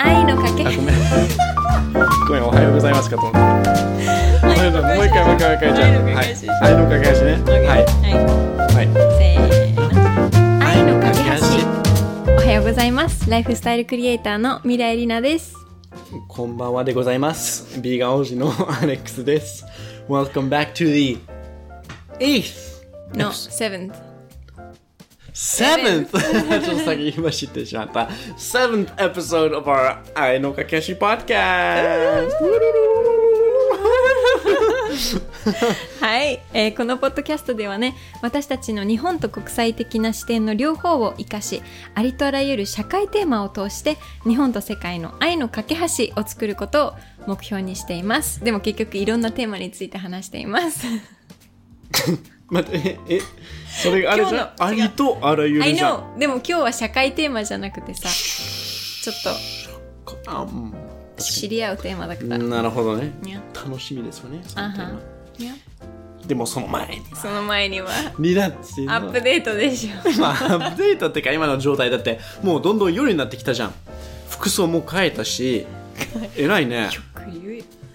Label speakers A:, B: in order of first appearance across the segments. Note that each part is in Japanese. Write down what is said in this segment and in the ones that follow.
A: 愛のかけ
B: あごめん ごめんおはようございますかと思った
A: も
B: ごめんなさいもう一回もう一回もう一回じゃあはい愛の架け橋ねはいはい
A: せーの愛の架け
B: 橋
A: 橋おはようございますライフスタイルクリエイターの未来里奈です
B: こんばんはでございます。ビーガン王子のアレックスです。Welcome back to the 8th!
A: No, seventh
B: Seventh! ちょっと先に今知ってしまった。Seventh episode of our 愛のかけし podcast!
A: はい、えーこのポッドキャストではね私たちの日本と国際的な視点の両方を生かしありとあらゆる社会テーマを通して日本と世界の愛の架け橋を作ることを目標にしていますでも結局いろんなテーマについて話しています
B: 待って、え、えそれがあれじゃん
A: 今
B: あ
A: 日の違う
B: りとあらゆる
A: I
B: じゃん。
A: know でも今日は社会テーマじゃなくてさちょっ
B: あうん
A: と知り合うテーマだから、
B: なるほどね
A: いや。
B: 楽しみですよね、そ
A: あ
B: のテ
A: は
B: ーマ
A: いや
B: でもその前に、
A: その前には
B: リラックス
A: アップデートでしょ
B: まあ、アップデートってか今の状態だってもうどんどん夜になってきたじゃん服装も変えたし偉いね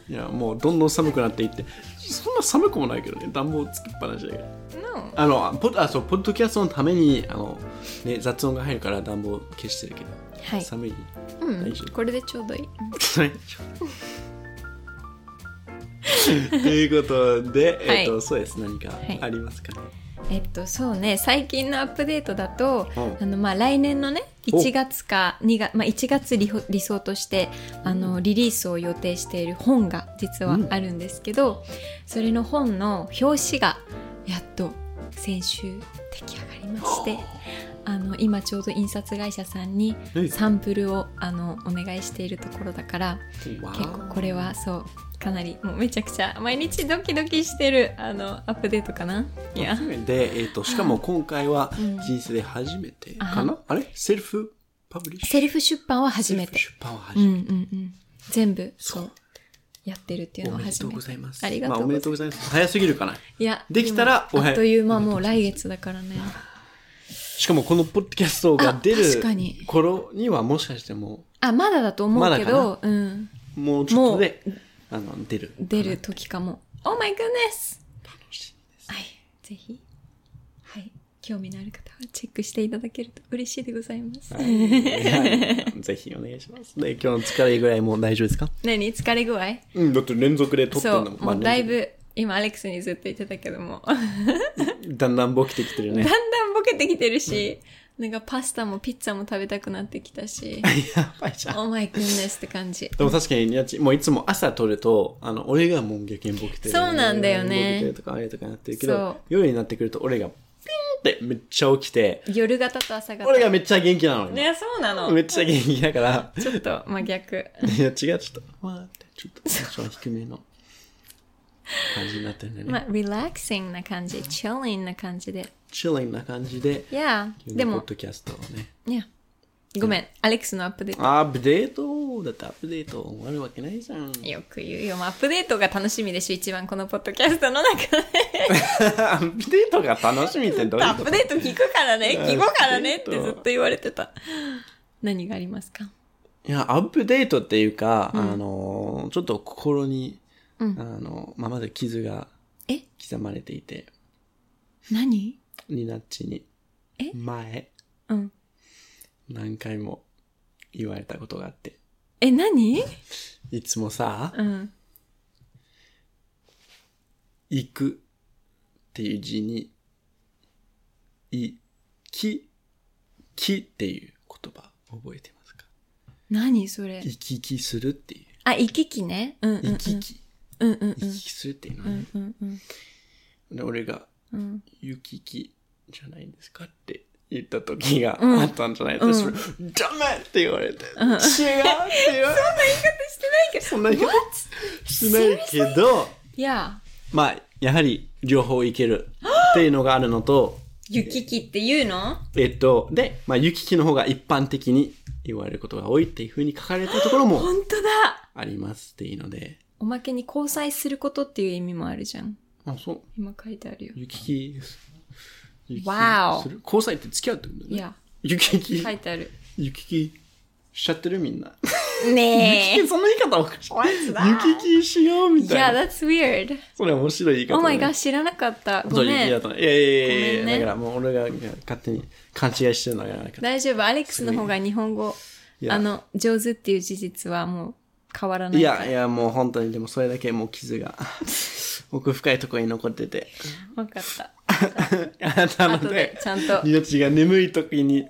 B: いやもうどんどん寒くなっていってそんな寒くもないけどね暖房つきっぱなしだけど
A: No
B: あのポッあそうポッドキャストのためにあの、ね、雑音が入るから暖房消してるけど、
A: はい
B: 寒い、
A: うん
B: 大丈夫
A: これでちょうどいい
B: はいということで、
A: は
B: えっと
A: い
B: そうです何か
A: い
B: ありますかね、
A: えっとそうね最近のアップデートだと、
B: うん
A: あのまあ来年のね
B: お
A: 1月か2月、まあ、1月理ほ理想としてあのリリースを予定している本が実はあるんですけど、それの本の表紙がやっと先週出来上がりましてあの今ちょうど印刷会社さんに
B: はい
A: サンプルをあのお願いしているところだから
B: わ
A: 結構これはそうかなりもうめちゃくちゃ毎日ドキドキしてるあのアップデートかないや。
B: で、えー、としかも今回は
A: うん
B: 人生で初めてかな、あれセルフパブリッシュ
A: セルフ出版は初めて
B: セ。ルフ出版は初
A: うんう
B: めて、
A: んうん。全部、
B: そ
A: そうう。やってるっていう
B: お
A: のは
B: めで
A: 初
B: とう
A: め
B: ご
A: て。
B: ざいます
A: ありがとう
B: まあ、おめでとうございます早すぎるかない
A: や、
B: できたら
A: も
B: おは
A: あ
B: よう
A: っという間もう来月だから ね。
B: しかもこのポッドキャストが出
A: あ確かに
B: る頃にはもしかしても
A: あ、まだだと思うけ
B: まだ
A: ど、うん。
B: うもうちょっとであの出る
A: 出る時かも。Oh my goodness!
B: 楽しみです
A: はい。ぜひ。はい。興味のある方はチェックしていただけると嬉しいでございます。
B: はいぜひお願いしますで今日の疲れぐらいもう大丈夫ですか
A: 何疲れ具合
B: うんだって連続で撮ってん
A: そ
B: だ
A: う
B: もん、まあ
A: もうだいぶ、今アレックスにずっと言ってたけど も。
B: 連続だんだんボケてきてるね
A: だんだんボケてきてるし、なんかパスタもピッツァも食べたくなってきたし、
B: やばいじゃん
A: オーマイクンネスって感じ。
B: でも確かにやち、もういつも朝撮ると、あの、俺がもう逆にボケてる。
A: そうなんだよね
B: ボケてるとか、あれとかなってるけ
A: そう
B: ど、夜になってくると俺がピンってめっちゃ起きて、
A: 夜型と朝型。
B: 俺がめっちゃ元気なの
A: い
B: に。
A: や、そうなの。
B: めっちゃ元気だから、
A: ちょっと真逆。
B: いや違う、ちょっと、わーって、ちょっと、テンション低 めの感じになってるんだよね。
A: まあ、リラックシングな感じ、チルリンな感じで。
B: チルリンな感じで、
A: いや、で
B: ポ
A: も
B: ッ、ドキャストをね。
A: いや、ごめん、アレックスのアップデート。
B: アップデートだってアップデート終わるわけない じゃん。
A: よく言うよ。まあアップデートが楽しみでしょ、一番このポッドキャストの中で。
B: アップデートが楽しみってどうい
A: ア
B: う
A: ッ
B: こ
A: プ
B: と
A: デート聞くからね、聞こうからねって
B: アップデート
A: ずっと言われてた。何がありますか
B: いや、アップデートっていうか、あの、ちょっと心に、あの、まあ、まだ傷が
A: え
B: 刻まれていて、
A: 何
B: ニナッチに
A: え、
B: 前、
A: うん。
B: 何回も言われたことがあって、
A: え、何
B: いつもさ、
A: うん。
B: 行くっていう字に、い、き、きっていう言葉覚えてますか
A: 何それ
B: 行き来するっていう。
A: あ、行き来ね。うんうん、うん。
B: 行き来。
A: うんうん
B: 行き来するっていうのは
A: う
B: ね
A: ん。うんうん
B: で、俺が、
A: うん。
B: ゆききじゃないですかって言った時があったんじゃないですか、それダメって言われて、違うって言われて
A: してないけど。
B: そんな言い方しないけど
A: いや、
B: まあやはり両方いけるっていうのがあるのと
A: 行き来って言うの
B: えっとで、まあ、ゆききの方が一般的に言われることが多いっていうふうに書かれたところも
A: 本当だ
B: ありますっていうので
A: おまけに交際することっていう意味もあるじゃん。
B: あそう
A: 今書いてあるよ。
B: ゆききゆきき
A: わお
B: する交際って付き合うってことだ
A: い
B: よね
A: や、
B: ゆきき
A: 書いてある。
B: ゆききしちゃってるみんな
A: ね
B: え、そ の言い方おかしい。
C: What's
B: 雪
C: that?
B: きしようみ
A: え。
B: たい
A: Yeah,
B: な。
A: that's weird.
B: それは面白い言い方
A: Oh
B: だ
A: my
B: ね。
A: gosh, 知らなかった。
B: そ
A: ご
B: ういう言い
A: めん。
B: 方ねいやいやいやい
A: ごめ
B: や、
A: んね
B: だからもう俺がいや勝手に勘違いしてるのはやらなかった。
A: 大丈夫。アレックスの方が日本語、
B: いや
A: あの、上手っていう事実はもう変わらない
B: い
A: から。
B: やいやもう本当にでもそれだけもう傷 が奥深いところに残ってて
A: わかった。
B: あ なたの
A: 後で
B: ね
A: ちゃんと。
B: 命が眠い時に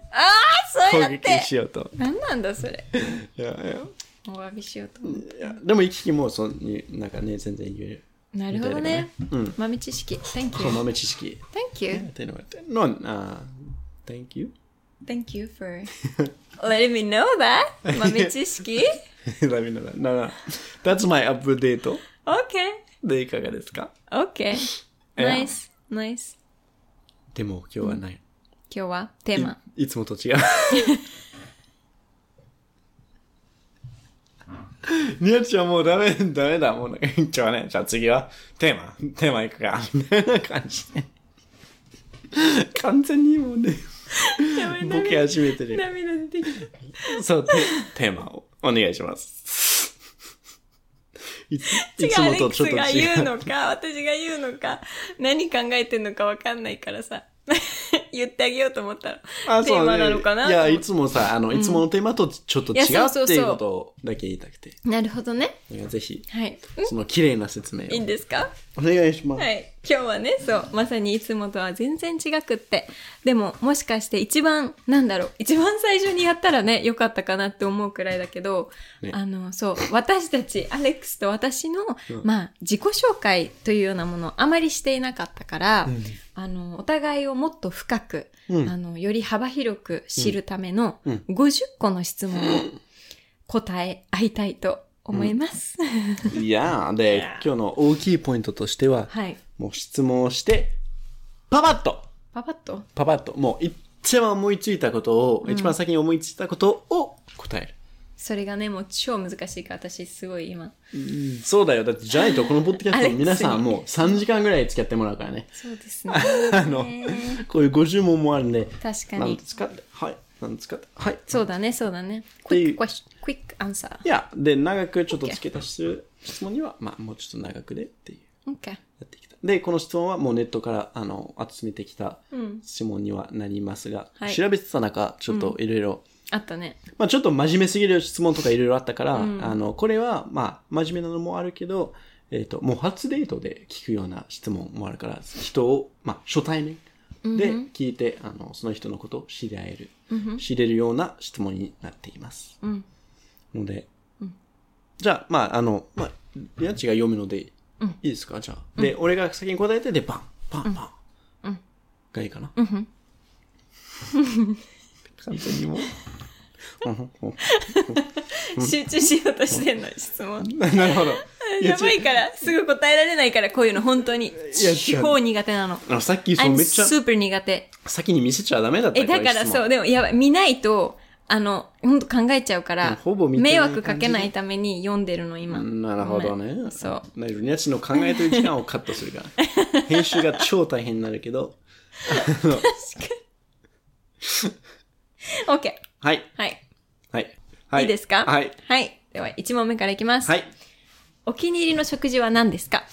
A: そうや
B: 攻
A: っ
B: 撃
A: て。
B: しようと
A: なんなんだそれ。
B: いやいや
A: お詫びしようと思って。
B: いやでも行き来もそんなんかね全然言える
A: なるほどね
B: みたいだよねうん。
A: 豆知識。Thank
B: そう
A: you.
B: 豆知識
A: Thank you.
B: っていうのがあってのあー Thank you?
A: Thank you for letting me know that. 豆知識
B: だめならなら That's my update
A: ?Okay.
B: でいかがですか
A: Okay.
B: いや
A: Nice. Nice.
B: でも今日はない、
A: 今日はテーマ。
B: いいつもと 違う。ニャちゃんもうダメ、ダメだ。もうなんか今日はね、じゃあ次はテーマ、テーマいくか。みたいな感じで。完全にもうね、ボケ始めてるよ。
A: 涙出てきた。
B: そう、テテーマをお願いします。いつ
A: 違
B: いうつ
A: ア
B: も
A: レッ
B: と
A: ク
B: ち
A: ス
B: ょっと
A: が言う
B: 違う。
A: のか私が言うのか何考えてんのか分かんないからさ 言ってあげようと思ったらテーマなのかな
B: そうねいや、
A: と思
B: い
A: って
B: つもさ、あの、いつものテーマとちょっと違う
A: いやそうそうそう
B: っていうことをだけ言いたくて。
A: なるほどね
B: いやぜひ、
A: はい
B: その綺麗な説明を
A: いいんですか
B: お願いします。
A: はい今日はねそうまさにいつもとは全然違くってでももしかして一番なんだろう一番最初にやったらね良かったかなって思うくらいだけど、
B: ね
A: あのそう私たちアレックスと私の、まあ自己紹介というようなものをあまりしていなかったから、あのお互いをもっと深く、
B: うん
A: あのより幅広く知るための
B: うん
A: 50個の質問を答え合いたいと思います。
B: いやーで、今日の大きいポイントとしては、
A: はい
B: もう質問をして、パパッと
A: パパッと
B: パパッと、もう一番思いついたことを、一番先に思いついたことを答える。
A: それがねもう超難しいから私すごい今
B: そうだよ。だってじゃないとこのポッドキャス
A: アレ
B: ト
A: ックスに
B: 皆さんもう3時間ぐらい付き合ってもらうからね。
A: そうですね
B: あの、こういう50問もあるんで、
A: 確か
B: なん
A: に
B: ですかって、はい、なんですかって、はい。
A: そうだねそうだねク
B: てい
A: イッ
B: う
A: ククイックアンサ
B: いや、で、長くちょっと付け足しする質問には、まあ、もうちょっと長くでっていう。
A: ー OK
B: やってきた。で、この質問はもうネットからあの集めてきた質問にはなりますが、
A: はい
B: 調べてた中、ちょっといろいろ、
A: あったね
B: まあちょっと真面目すぎる質問とかいろいろあったから、あの、これはまあ真面目なのもあるけど、えっ、と、もう初デートで聞くような質問もあるから、人を、まあ初対面で聞いて、あの、その人のことを知り合える、知れるような質問になっています。
A: うん
B: ので、じゃあ、まあ、あの、まあ、リアッチが読むので、いいですかじゃあ、で、俺が先に答えて、で、バン、バン、バン。がいいかな。完全にもう。
A: 集中しようとしてんの質問
B: なるほど。い
A: やば
B: 違
A: いからすぐ答えられないからこういうの本当に
B: や違う
A: 超苦手なの
B: うあのさっき、そう、
A: I'm
B: めっちゃ、
A: super 苦手
B: 先に見せちゃダメだった。
A: えだからそううでもやばい見ないとあの本当考えちゃうから
B: ほぼ見てない
A: 迷惑かけないために読んでるの今
B: なるほどね。
A: そう
B: なるニャッチの考えてる時間をカットするから。編集が超大変になるけど。
A: OK
B: はい。
A: はい、、
B: はい。はい
A: いですか
B: はい。
A: はい、では1問目からいきます、
B: はい。
A: お気に入りの食事は何ですか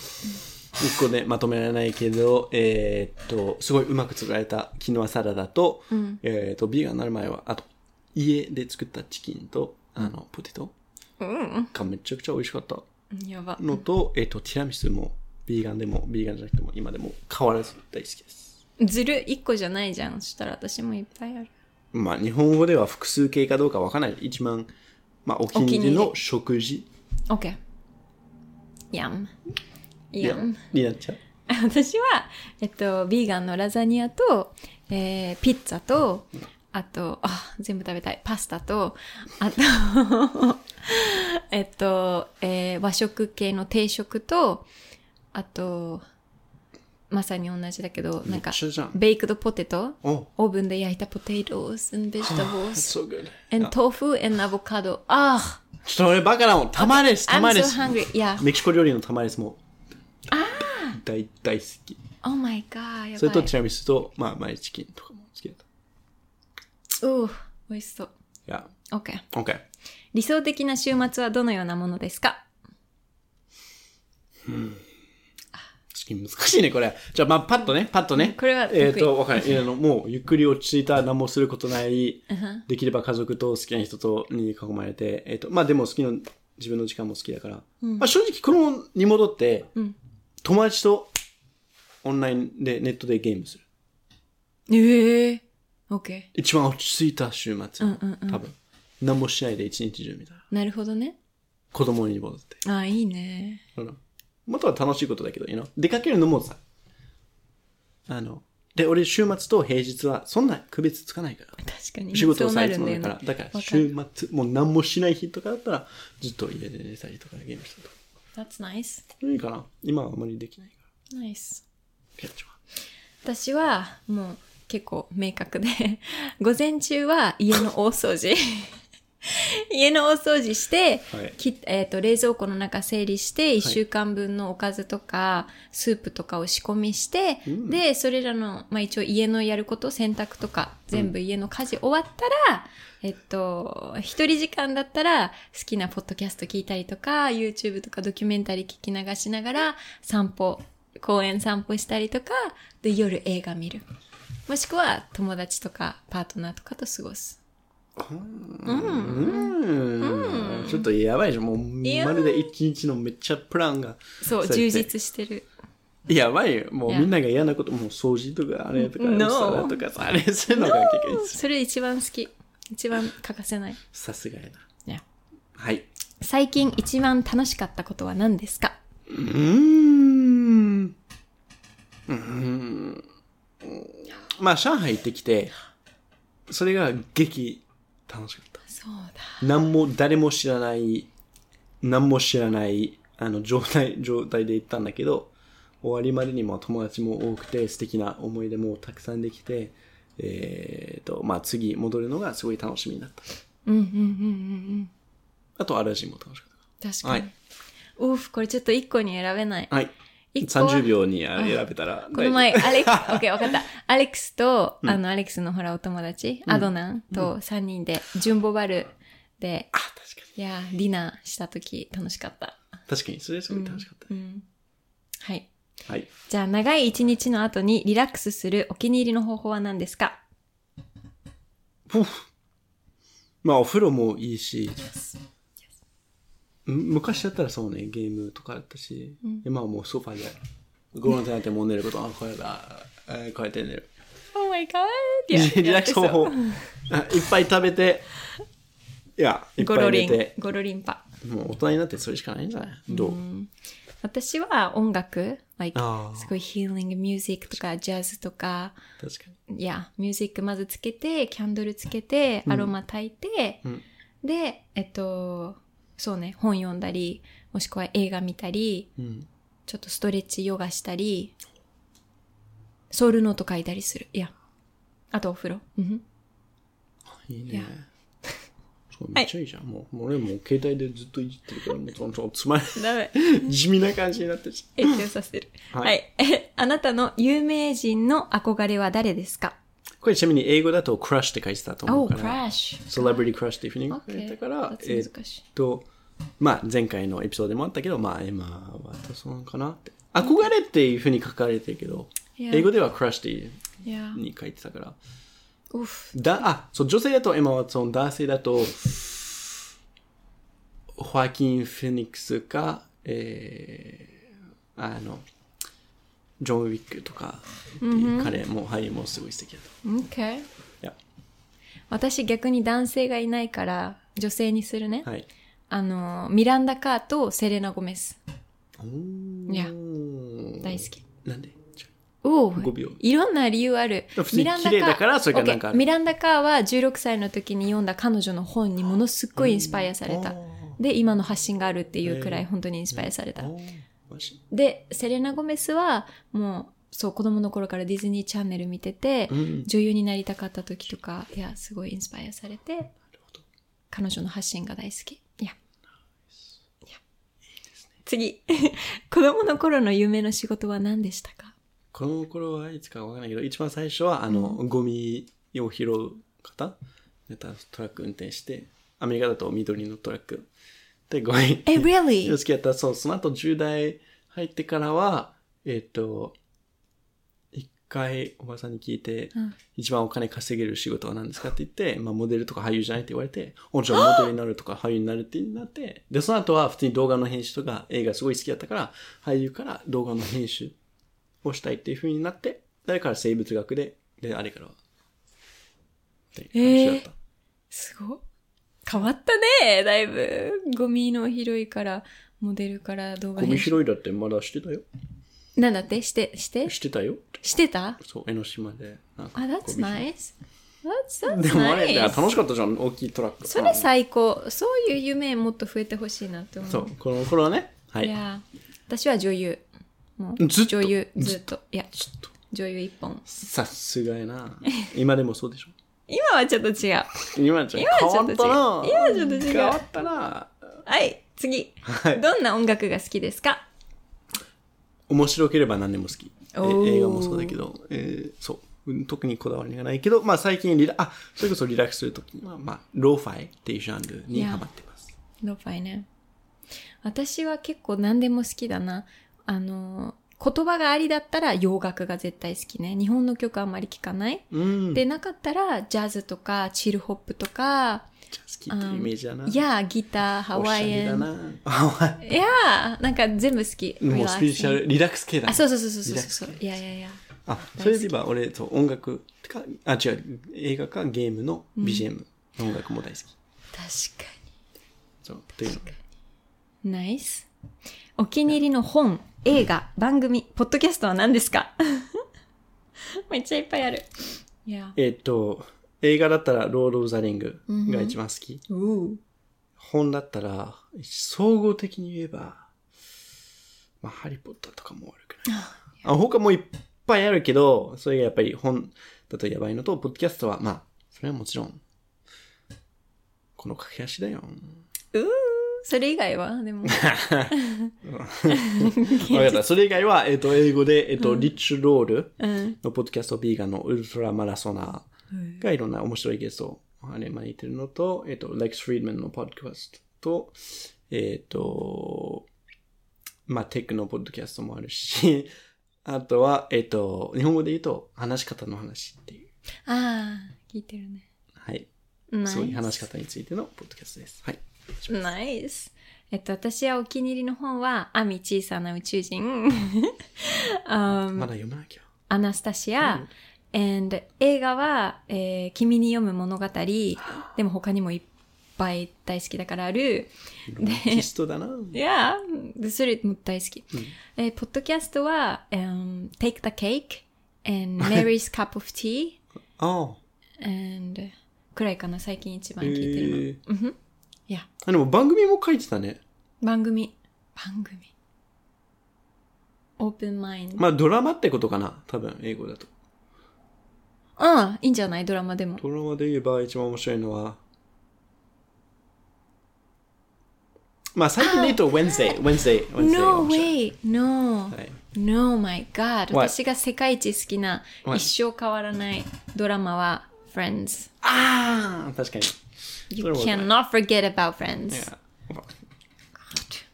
B: 一個でまとめられないけど、えーっと、すごいうまく作られたキノアサラダと、えーっと、ビーガンになる前は、あと、家で作ったチキンと、あの、ポテト
A: うん
B: がめちゃくちゃ美味しかった
A: やば
B: のと、えーっと、ティラミスも、ビーガンでも、ビーガンじゃなくても、今でも変わらず大好きです。
A: ずる1個じゃないじゃんそしたら私もいっぱいある
B: まあ、日本語では複数形かどうかわからない。一番、まあ、お気に入り
A: お気に入
B: の食事
A: OK やんやん
B: になっちゃう。
A: 私は、えっと、ビーガンのラザニアと、えーピッツァと、あと、あ、全部食べたい。パスタと、あと、 えっと、えー和食系の定食と、あと、まさに同じだけど、なんか
B: めっ、ちゃじゃん
A: ベイクドポテト、
B: お
A: オーブンで焼いたポテト s and vegetables,
B: so good.
A: and tofu and avocado. あ
B: ちょっと俺バカだもん。たまです、
A: あ、
B: たま
A: I'm
B: で
A: so
B: す。
A: hungry. Yeah.
B: メキシコ料理のタマレスも大大好き
A: Oh my god. や
B: それと
A: ばい
B: ティラミスと、まあ、マイチキンとかも好きだったいう
A: ー美味しそう。
B: や
A: OK.
B: OK
A: 理想的な週末はどのようなものですか
B: ちょっと難しいね、これ。じゃあ、まあ、パッとね、パッとね。
A: これは得意
B: えっ、と、わかんない。いやあのもう、ゆっくり落ち着いた、何もすることない。
A: うんふん
B: できれば家族と好きな人とに囲まれて、えっ、と、まあでも好きな、自分の時間も好きだから。
A: うん
B: まあ正直、このに戻って、
A: うん
B: 友達とオンラインで、ネットでゲームする。
A: ええー。OK。
B: 一番落ち着いた週末。
A: うんうんうん
B: 多分。何もしないで一日中みたいな。
A: なるほどね。
B: 子供に戻って。
A: ああ、いいね。
B: うん元は楽しいことだけど、you know 出かけるのもさ、あの、で、俺週末と平日はそんな区別つかないから。
A: 確かに。
B: 仕事を
A: そう
B: さ
A: ないる
B: つ
A: ん
B: も
A: だ
B: だ
A: よ
B: か
A: ね
B: ら、だから
A: わかる
B: 週末、もう何もしない日とかだったら、ずっと家で寝たりとかゲームしたりとか。
A: That's nice.
B: いいかな今はあまりできないか
A: Nice.
B: ら。キャッチは。
A: 私は、もう、結構明確で、午前中は家の大掃 除。家の大掃除して、
B: はい
A: きえー、と冷蔵庫の中整理して1週間分のおかずとかスープとかを仕込みして、
B: うん
A: でそれらの、まあ、一応家のやること洗濯とか全部家の家事終わったら、えっと一人時間だったら好きなポッドキャスト聞いたりとか YouTube とかドキュメンタリー聞き流しながら散歩公園散歩したりとかで夜映画見るもしくは友達とかパートナーとかと過ごす
B: うん。ちょっとやばいじゃん。もう、
A: や
B: まるで一日のめっちゃプランが。
A: そう
B: れ
A: 充
B: で
A: 実してる
B: やばいよ。もう
A: いや
B: みんなが嫌なこと、もう掃除とか、あれとか、
A: No
B: それとかさ、あれするのが結局
A: それ一番好き一番欠かせない
B: さすがやな。
A: ね
B: はい。
A: 最近一番楽しかったことは何ですか
B: うーん。うーん。まあ、上海行ってきて、それが激楽しかった。
A: そうだ
B: 何も、誰も知らない、何も知らない、あの、状態、状態で行ったんだけど、終わりまでにも友達も多くて、素敵な思い出もたくさんできて、えーと、まあ、次戻るのがすごい楽しみになった。
A: うんうんうんうんうん
B: あと、アラジンも楽しかっ
A: 確
B: は
A: かに、
B: い
A: オフこれちょっと一個に選べない
B: た。はい。
A: 一個は
B: 30秒にあれ選べたら大丈夫。
A: この前、アレックス、オッケー、わかった。アレックスと、あの、アレックスのほら、お友達、アドナンと3人で、ジュンボバルで、
B: あ、確かに。
A: いやー、ディナーした時楽しかった。
B: 確かに、それすごい楽しかった
A: う
B: ね。
A: ん。はい。
B: はい。
A: じゃあ、長い一日の後にリラックスするお気に入りの方法は何ですか
B: ふうまあ、お風呂もいいし、む昔だったらそうね、ゲームとかだったし、今はもうソファで、ご飯食べてもう寝ること、あ、これだ、えーこうやって寝る。
A: Oh my god! いや
B: リラックス方法、あいっぱい食べて、いや、いっ
A: ゴ
B: ぱ
A: ロ
B: い
A: リ
B: 寝
A: ン
B: て、、
A: ゴロリンパ。
B: もう大人になってそれしかないんじゃないどう
A: 私は音楽、like
B: ああ
A: すごいヒーリングミュージックとかジャズとか、
B: 確かに。
A: いや、ミュージックまずつけて、キャンドルつけて、アロマ炊いて、
B: うん
A: で、えっと、そうね、本読んだり、もしくは映画見たり、
B: うん。
A: ちょっとストレッチ、ヨガしたり、ソウルノート書いたりする。いや、あとお風呂。うん
B: いい
A: いや
B: ね。そうめっちゃいいじゃん。もう、もう俺もう携帯でずっといじってるから、もうその、そのつま
A: ふん。ダメ。
B: り、地味な感じになってるし。
A: 影響させる。
B: はい
A: はい。 えあなたの有名人の憧れは誰ですか
B: これちなみに英語だと crush って書いてたと
A: Oh,
B: 思うから、
A: crush.
B: celebrity crush っていうふうに書いてたから、え
A: Okay.
B: ーっ
A: 難しい。
B: と、まあ前回のエピソードでもあったけど、まあエマ・ワトソンかなって。憧れっていうふうに書かれてるけど、
A: Yeah.
B: 英語では crush っていう
A: いや
B: ふう、に書いてたから、
A: うふ。
B: だ、あ、そう、女性だとエマ・ワトソン、男性だと、ホアキン・フェニックスか、えー、あの、ジョン・ウィックとかっていう彼も俳優もすごい素敵だと。
A: Okay.
B: いや、
A: 私逆に男性がいないから女性にするね。
B: はい。
A: あの、ミランダ・カーとセレナ・ゴメス。
B: い
A: や大好き。
B: なんで
A: おお
B: 5秒
A: いろんな理由ある
B: 普。通に綺麗だからそれからなんかあ
A: OK
B: る
A: ミランダ・カーは16歳の時に読んだ彼女の本にものすっごいインスパイアされ
B: あ
A: た
B: ー。
A: で、今の発信があるっていうくら
B: へ
A: い
B: ー
A: 本当にインスパイアされた。
B: マジ
A: で、セレナ・ゴメスはもう、そう、子供の頃からディズニーチャンネル見てて、
B: うん
A: 女優になりたかった時とか、いや、すごいインスパイアされて、彼女の発信が大好き。いや。いや次。 子供の頃の夢の仕事は何でしたか
B: この頃はいつかわからないけど、一番最初は、あの、ゴミを拾う方、やったらトラック運転して、アメリカだと緑のトラック。で、5位。
A: え、really?
B: 好きやったら、そう、その後10代入ってからは、えっ、と、一回おばさんに聞いて、
A: うん
B: 一番お金稼げる仕事は何ですかって言って、まあモデルとか俳優じゃないって言われて、おじゃあモデルになるとか俳優になるってなって、で、その後は普通に動画の編集とか映画すごい好きだったから、俳優から動画の編集をしたいっていう風になって、誰から生物学で、で、あれからは。っていう感じだった。
A: すごっ変わったね、だいぶ。ゴミの拾いから、モデルから動画
B: ゴミ
A: 編集
B: 拾いだってまだしてたよ。
A: なんだってして、して
B: してたよ。
A: してた
B: そう、江ノ島で。なん
A: あ、
B: か
A: that's
B: ゴミ拾い
A: nice. That's, that's
B: でもあれ、
A: nice.
B: 楽しかったじゃん、大きいトラック。
A: それ最高。そういう夢もっと増えてほしいなって思う。
B: そう、この頃はね。はいい。
A: やー、私は女優。もう
B: ずっと
A: 女優、ずっと。いや、
B: ちょっと、
A: 女優一本。
B: さすがやな。今でもそうでしょ。
A: 今はちょっと違う。
B: 今じゃ
A: 今
B: 変
A: はち
B: わ
A: ょ
B: っ
A: っと違う
B: たな。
A: 今はちょっと違う
B: 変わったな。
A: はい、次。
B: はい
A: どんな音楽が好きですか
B: 面白ければ何でも好き。え
A: おー
B: 映画もそうだけど、えーそううん。特にこだわりがないけど、まあ最近リラ、あ、それこそリラックスするときには、まあ、ローファイっていうジャンルにハマってます。
A: ローファイね。私は結構何でも好きだな。あのー、言葉がありだったら洋楽が絶対好きね。日本の曲あんまり聞かない。
B: うん。
A: で、なかったらジャズとかチルホップとか、
B: じゃあ好きっていうイメージだな。
A: い、やー、ギター、ハワイエン。
B: ン。ハワイ
A: いやー、なんか全部好き。
B: もうスピリチュア
A: relaxing
B: ル、リラックス系だね。
A: あ、そうそうそうそうそう
B: リラックス
A: そう。いやいやいや。
B: あ、それで言えば俺、そう音楽か、あ、違う、映画かゲームの BGM の音楽も大好き。
A: 確か
B: そう、というの。
A: に。ナイス。お気に入りの本、映画、番組、ポッドキャストは何ですか めっちゃいっぱいある。いや。
B: えっと、映画だったら、ロード・オブ・ザ・リングが一番好き。
A: うう
B: 本だったら、総合的に言えば、まあ、ハリー・ポッターとかも悪くない。あ他もいっぱいあるけど、それがやっぱり本だとやばいのと、ポッドキャストは、まあ、それはもちろん、この駆け足だよ。
A: うーそれ以外は でも。
B: わかった。それ以外は、えっ、と、英語で、えっ、と、リッチ・ロール
A: うん。
B: のポッドキャスト、ビーガンのウルトラマラソナーがいろんな面白いゲストをあれ招いてるのと、えっ、と、レックス・フリードマンのポッドキャストと、えっ、と、まあ、テックのポッドキャストもあるし、 あとは、えっ、と、日本語で言うと、話し方の話っていう。
A: ああ、聞いてるね。
B: はい。
A: ナ
B: そういう
A: イ
B: 話し
A: ス。
B: 方についてのポッドキャストです。はい。
A: ナイス。えっと、私はお気に入りの本は、アミ小さな宇宙 人、あ
B: まだ読まなきゃ。
A: アナスタシア、and 映画は、えー君に読む物語、でも他にもいっぱい大好きだからある。
B: ロマンチストだな。
A: いやーでそれも大好き。
B: Hmm.
A: えーポッドキャストは、um, Take the Cake and Mary's Cup of Tea
B: ああ。
A: and くらいかな、最近一番
B: え
A: 聞いてるの。
B: ー
A: うんふんいや、
B: あ、でも番組も書いてたね。
A: 番組。番組。オープンマインド。
B: まあドラマってことかな多分英語だと。
A: うん、いいんじゃないドラマでも。
B: ドラマで言えば一番面白いのは、まあ最近で言うと Wednesday, Wednesday, Wednesday が
A: No
B: 面白い。
A: way! No!
B: はい
A: No my god!
B: What?
A: 私が世界一好きな
B: What?
A: 一生変わらないドラマは Friends.
B: ああ確かに。
A: You
B: それはわかる
A: cannot forget about
B: いや
A: Friends.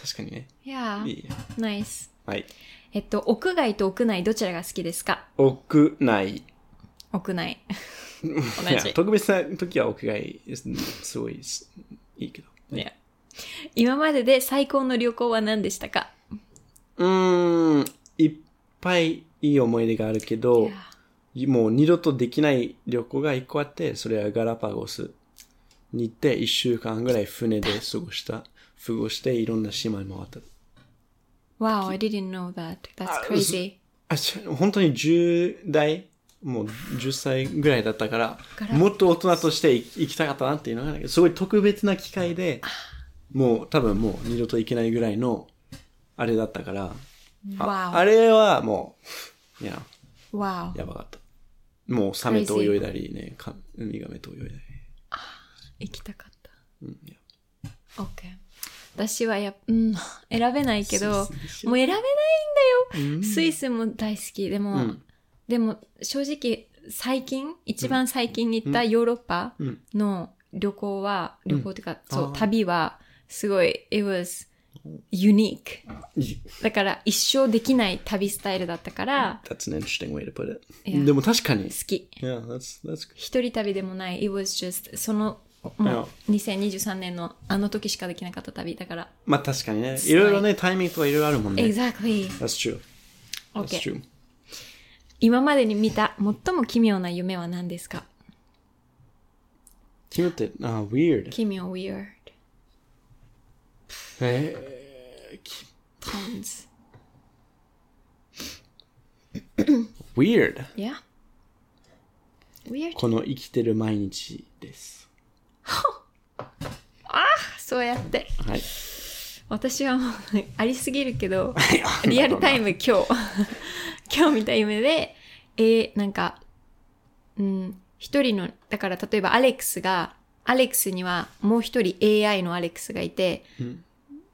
B: 確かにね。い
A: Yeah.
B: いや
A: Nice.
B: はい。
A: えっと、屋外と屋内どちらが好きですか
B: 屋内。
A: 屋内。
B: いや特別な時は屋外です、すごいすいいけど。
A: Yeah. 今までで最高の旅行は何でしたか
B: うーん、いっぱいいい思い出があるけど、もう二度とできない旅行が一個あって、それはガラパゴスに行って一週間ぐらい船で過ごした、過ごしていろんな島に回った。
A: Wow, I didn't know that. That's crazy.
B: あ、ち本当に10代、もう10歳ぐらいだったから
A: ガ、ラ
B: もっと大人として行き行きたかったなっていうのがあるけど、すごい特別な機会で、もう多分もう二度と行けないぐらいの、あれだったから、あ
A: Wow.
B: あれはもう、いや、
A: Wow.
B: やばかった。もうサメと泳いだりね、かウミガメと泳いだり。
A: 行きたかった。
B: うん、いや
A: OK。私はやっ、うん、 選べないけど、もう
B: スイスでしょ
A: 選べないんだよ、スイスも大好き。でも、
B: うん
A: でも正直、最近、一番最近に行ったヨーロッパの旅行は、旅行っていうか、そ
B: あ
A: う
B: ー、
A: 旅は、すごい、it was unique. だから、一生できない旅スタイルだったから、
B: That's an interesting way to put it.
A: Yeah.
B: でも確かに。
A: 好き。
B: Yeah, that's, that's
A: 一人旅でもない、it was just, その、もう、2023年のあの時しかできなかった旅だから。
B: まあ確かにね。いろいろね、タイミングとかいろいろあるもんね。
A: Exactly.
B: That's true. That's
A: Okay.
B: true.
A: 今までに見た最も奇妙な夢は何ですか
B: 奇妙って、あ、weird.
A: 奇妙 weird
B: え
A: puns.
B: weird.
A: Yeah. Weird.
B: この生きてる毎日です。
A: そうやって。
B: はい。
A: 私はもうありすぎるけど、 リアルタイム今日、 今日見た夢で、えー、なんか、うん、一人の、だから例えばアレックスが、アレックスにはもう一人 AI のアレックスがいて、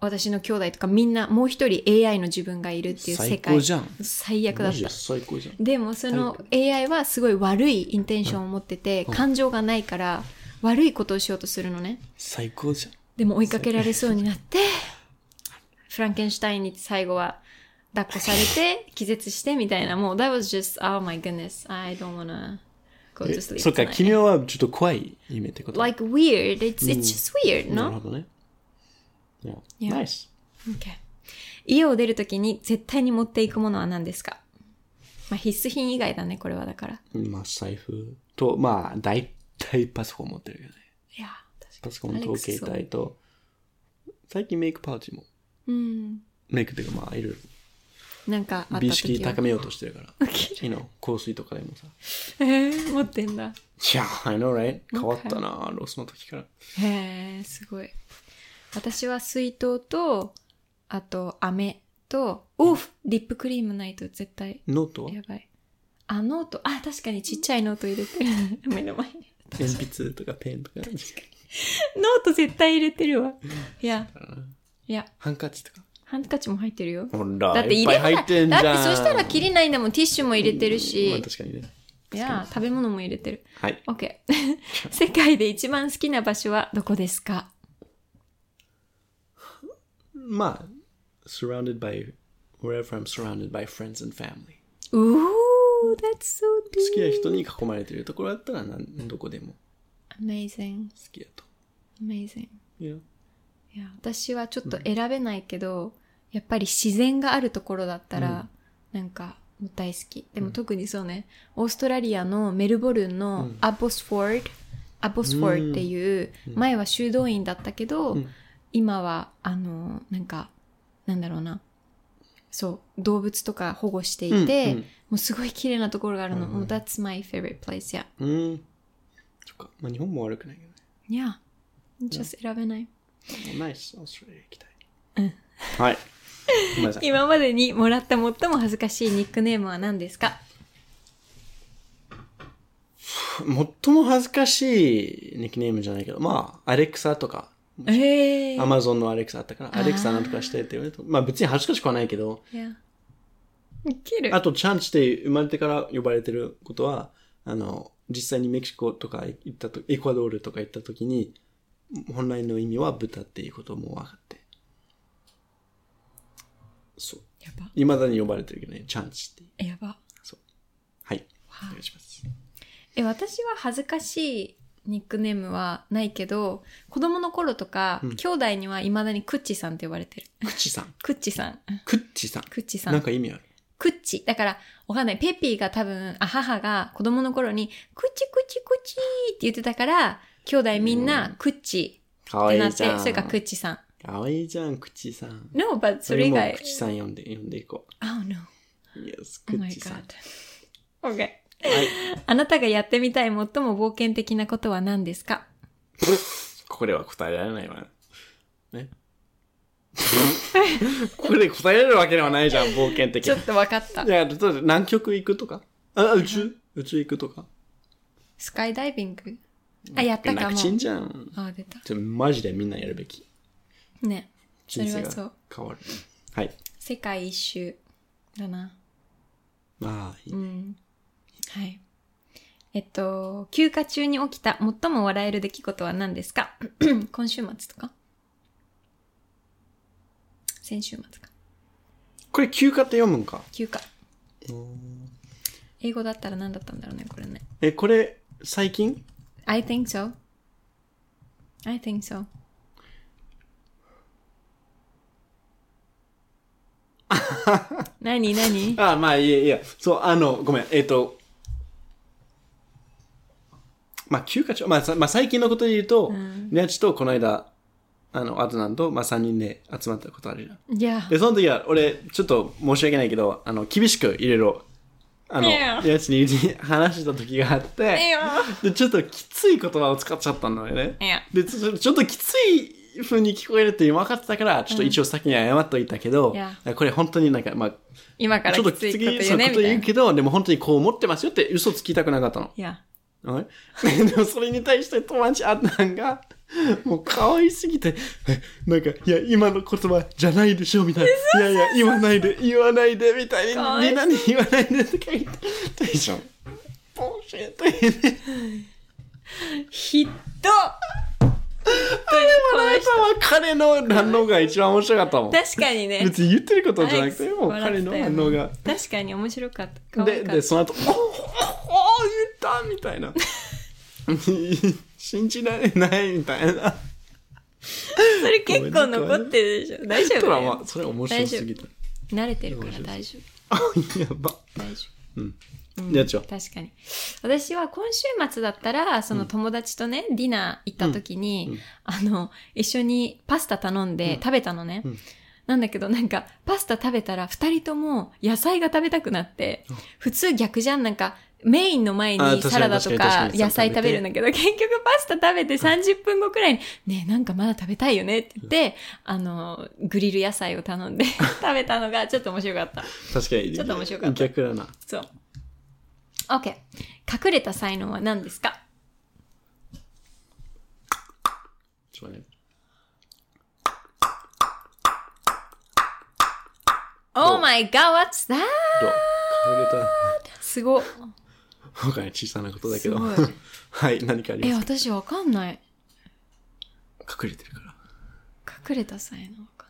A: 私の兄弟とかみんなもう一人 AI の自分がいるっていう世界。
B: 最高じゃん
A: 最悪だ
B: マ
A: っ
B: ジ
A: た
B: で。最高じゃん。
A: でもその AI はすごい悪いインテンションを持ってて、感情がないから悪いことをしようとするのね。
B: 最高じゃん。
A: でも追いかけられそうになって、フランケンシュタインに最後は抱っこされて、気絶してみたいな、もう、that was just, oh my goodness, I don't wanna go to
B: え
A: sleep.
B: そっか、奇
A: tonight.
B: 妙はちょっと怖い夢ってこと。
A: Like weird, it's, it's just weird,
B: な
A: no?
B: るほどね。Yeah.
A: Yeah.
B: Nice.
A: Okay. 家を出るときに絶対に持っていくものは何ですかまあ必須品以外だね、これはだから。
B: まあ、財布と、まあ、大体パソコン持ってるよね。
A: いや、
B: パソコンと携帯と、最近メイクパウチも。
A: うん。
B: メイクっていうか、まあ、いろい
A: なんかあ
B: ろ
A: った
B: 美意
A: とき
B: 識
A: は
B: 高。めようとしてるから。
A: 起
B: いいの香水とかでもさ。
A: えー、 持ってんだ。
B: いや、I know, right? 変わったな、ロスの時から。
A: へえ、すごい。私は水筒と、あと、飴と、オフリップクリームないと絶対、
B: ノートは
A: やばい。あ、ノート、あ、確かにちっちゃいノート入れ てる。目の前に。
B: 鉛筆とかペンとか。
A: ノート絶対入れてるわ。いや、いや、
B: ハンカチとか。
A: ハンカチも入ってるよ。
B: ほら、
A: だって入れない。
B: いっぱい
A: だ
B: 入
A: っ
B: って
A: て
B: んじゃん。
A: そしたら切りないんだもん。ティッシュも入れてる
B: まあ、
A: し。
B: 確かにね。
A: いや、食べ物も入れてる。
B: はい。
A: OK。世 界で一番好きな場所はどこですか
B: まあ、surrounded by, wherever I'm surrounded by friends and family.
A: うおー、that's so
B: 好き
A: deep.
B: な人に囲まれてるところだったら何、どこでも
A: Amazing,
B: 好きだと。
A: amazing.
B: いや
A: いや、私はちょっと選べないけど、やっぱり自然があるところだったら、なんか、もう大好き。でも特にそうね、オーストラリアのメルボルンのアボスフォード、アボスフォードっていう、前は修道院だったけど、今は、あの、なんか、なんだろうな、そう、動物とか保護していて、
B: うんうん
A: もうすごい綺麗なところがあるの。もう That's my favorite place, yeah.
B: うん。そっか。まあ、日本も悪くないけどね。
A: Yeah. ちょっと選べない。
B: ナイス、オーストラリア行きたい。はい。ごめんなさい。
A: 今までにもらった最も恥ずかしいニックネームは何ですか
B: 最も恥ずかしいニックネームじゃないけど、まあ、アレクサとか、
A: ええ
B: アマゾンのアレクサあったから、アレクサなんとかしてって言われると、まあ別に恥ずかしくはないけど、
A: いや。いける
B: あと、チャンチって生まれてから呼ばれてることは、あの、実際にメキシコとか行ったと、エクアドールとか行った時に、本来の意味は豚っていうことも分かって。そう。
A: やば。
B: 未だに呼ばれてるけどね、チャンチって。
A: やば。
B: はい。お願いします。
A: え、私は恥ずかしいニックネームはないけど、子供の頃とか、兄弟には未だにクッチさんって呼ばれてる。
B: クッチさん。
A: クッチさん。
B: クッチさん。
A: クッチさ
B: なん
A: ん。
B: か意味ある。
A: クッチ。だから、わかんない。ペピーが多分、あ、母が子供の頃に、クッチクッチクッチーって言ってたから、兄弟みんな、クッチ
B: か
A: っ
B: わ
A: て
B: い
A: なっ
B: い
A: て、
B: じゃん。
A: それがクッチさん。
B: かわいいじゃん、クッチさん。
A: No, but それ以
B: も
A: 外
B: うク。ッチさん呼んで、呼んでいこ
A: Oh no.
B: う。Yes, ク
A: Oh
B: ッ
A: my
B: チさん。
A: god. OK.
B: はい。
A: あなたがやってみたい最も冒険的なことは何ですか
B: これは答えられないわ。 ね。これで答えられるわけではないじゃん、冒険 的
A: ちょ
B: に。
A: っとわかった
B: い。や、例えば南極行くとかあ、宇宙宇宙行くとか
A: スカイダイビングあ、やったか
B: 楽
A: も。
B: ちんじゃん。
A: あ、出た。
B: ちょマジでみんなやるべき。
A: ね。そ
B: 人
A: れ
B: 生
A: はそう
B: が。変わる。はい。
A: 世界一周だな。
B: まあ、いい
A: うん。はい。えっと、休暇中に起きた最も笑える出来事は何ですか 今週末とか先週末か。
B: これ休暇って読むんか
A: 休暇。英語だったら何だったんだろうね、これね。
B: えこれ最近
A: I think so. I think so. 何何
B: あまあいやいやそうあのごめんえっ、とまあ休暇中、まあ、さまあ最近のことで言うと、
A: うん
B: ニャチとこの間あのアドナンと、まあ、3人で集まったことあるじゃん
A: Yeah.
B: でその時は俺ちょっと申し訳ないけどあの厳しくいろいろあの
A: いや
B: ニャチに話した時があってでちょっときつい言葉を使っちゃったんだよね
A: いや
B: でちょちょっときつい風に聞こえるって分かってたからちょっと一応先に謝っといたけど
A: いや、
B: これ本当になんかまあ
A: 今から
B: ちょっと
A: き
B: き
A: つい
B: つ
A: こと
B: い
A: 言
B: そううこ
A: ね
B: と
A: みた
B: 言
A: いうな。
B: けど、でも本当にこう思ってますよって嘘つきたくなかったの。
A: Yeah.
B: はい でもそれに対して友達あったんが、もう可愛すぎて、えなんか、いや、今の言葉じゃないでしょみたいな。いやいや、言わないで、言わないで、みたい
A: か
B: な。
A: わい
B: みん
A: そ
B: なに言わないでって書いて、テンシ ョン。ポンシェと言って、
A: ひっど
B: この間は彼の反応が一番面白かったもん。
A: 確かにね。
B: 別に言ってることじゃなく
A: アレ
B: て、
A: ックス
B: もう彼の
A: 笑って
B: 反
A: たよ
B: 応が。
A: 確かに面白かった。可愛
B: で、
A: かった
B: で、その後、おおおお言ったみたいな。 信じられないみたいな。
A: それ結構残ってるでしょ。大丈
B: ドラ
A: 夫、
B: マ、それ面白すぎた。
A: 慣れてるから大丈夫。
B: あ、やば。
A: 大丈夫。
B: うん。やっちゃおう。
A: 確かに。私は今週末だったら、その友達とね、ディナー行った時に、あの、一緒にパスタ頼んで食べたのね。
B: うん
A: なんだけどなんか、パスタ食べたら二人とも野菜が食べたくなって、普通逆じゃん、なんか、メインの前
B: あ
A: に
B: 確かに
A: サラダと
B: 確
A: か
B: かに確かに
A: 野菜食べるんだけど、結局パスタ食べて30分後くらいに、ねえ、なんかまだ食べたいよねって言って、あの、グリル野菜を頼んで 食べたのがちょっと面白かった。
B: 確かに。
A: ちょっと面白かった
B: 逆だな。
A: そう。OK。隠れた才能は何ですか
B: ちょっとね。
A: ?Oh my god, what's that?
B: どう隠れた。
A: すごっ。
B: 他に小さなことだけど。
A: すごい
B: はい、何かあり
A: え、
B: ます
A: 私わかんない。
B: か隠れてるから。
A: 隠れた才能わか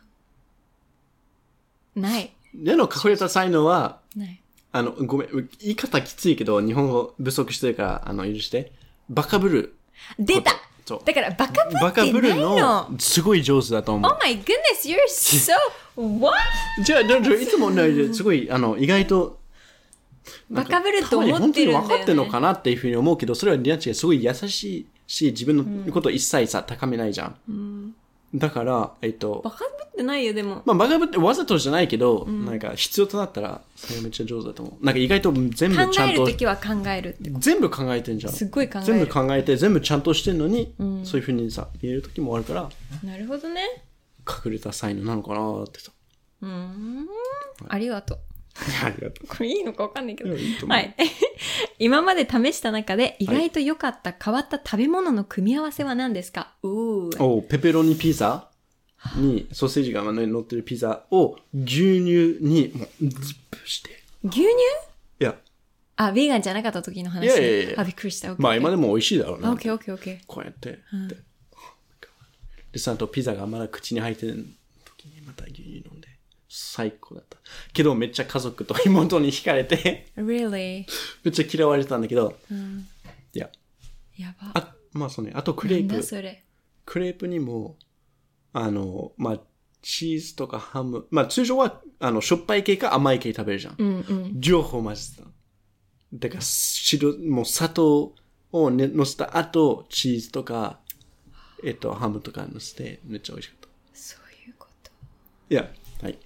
A: んない。ない。
B: での隠れた才能は、
A: ない。
B: あの、ごめん、言い方きついけど、日本語不足してるから、あの、許して。バカブル。
A: 出た
B: そう。
A: だからバカ
B: バ
A: ぶ
B: カ
A: って
B: ブ
A: な
B: ル
A: いの
B: の、すごい上手だと思う
A: Oh。my goodness, you're so what?
B: じゃあ、じゃあじゃあいつもね、すごい、あの、意外と、
A: バカぶると
B: たまに
A: 思っ
B: 本当
A: てる
B: に
A: んだよ、ね。
B: 分かってるのかなっていうふうに思うけど、それはリナッチがすごい優しいし、自分のことを一切さ、高めないじゃん。だから、えっと
A: バ、カぶってないよ、でも。
B: まあ、バカぶってわざとじゃないけど、なんか必要となったら、それめっちゃ上手だと思う。なんか意外と全部ち
A: 考
B: ゃ
A: え
B: ん
A: る
B: と
A: と、きは考える。
B: 全部考えてんじゃん。
A: すっごい考える。
B: 全部考えて、全部ちゃんとしてんのに、そういうふうにさ、言える時もあるから、
A: なるほどね。
B: 隠れた才能なのかなってさ。
A: うーん。ありがとう。
B: ありがとう。
A: これいいのかわかんないけど。
B: いやいいと思う
A: はい。 今まで試した中で意外と良かった変わった食べ物の組み合わせは何ですかおー。
B: おペペロニピザにソーセージが乗ってるピザを牛乳にもうズップして。
A: 牛乳
B: いや、
A: あ、ヴィーガンじゃなかった時の話。
B: いやいやいや
A: あ、びっくりした。オッケー
B: まあ今でも美味しいだろう
A: オ
B: な
A: ッ。ケーオッケーオッケー。
B: こうやって。で、でその後ピザがまだ口に入ってる時にまた牛乳飲んで。最高だった。けどめっちゃ家族と妹に惹かれて、
A: Really?
B: めっちゃ嫌われてたんだけど、いや、
A: やば。
B: あ、まあそうね、あとク
A: な
B: レ
A: ん
B: ープ
A: だ。それ。
B: クレープにも、あの、まあ、チーズとかハム、まあ、通常は、あの、しょっぱい系か甘い系食べるじゃん。
A: うんうん。
B: 両方混ぜてた。だから、白、もう砂糖をね、乗せた後、チーズとか、えっと、ハムとか乗せて、めっちゃ美味しかった。
A: そういうこと。
B: いや、はい。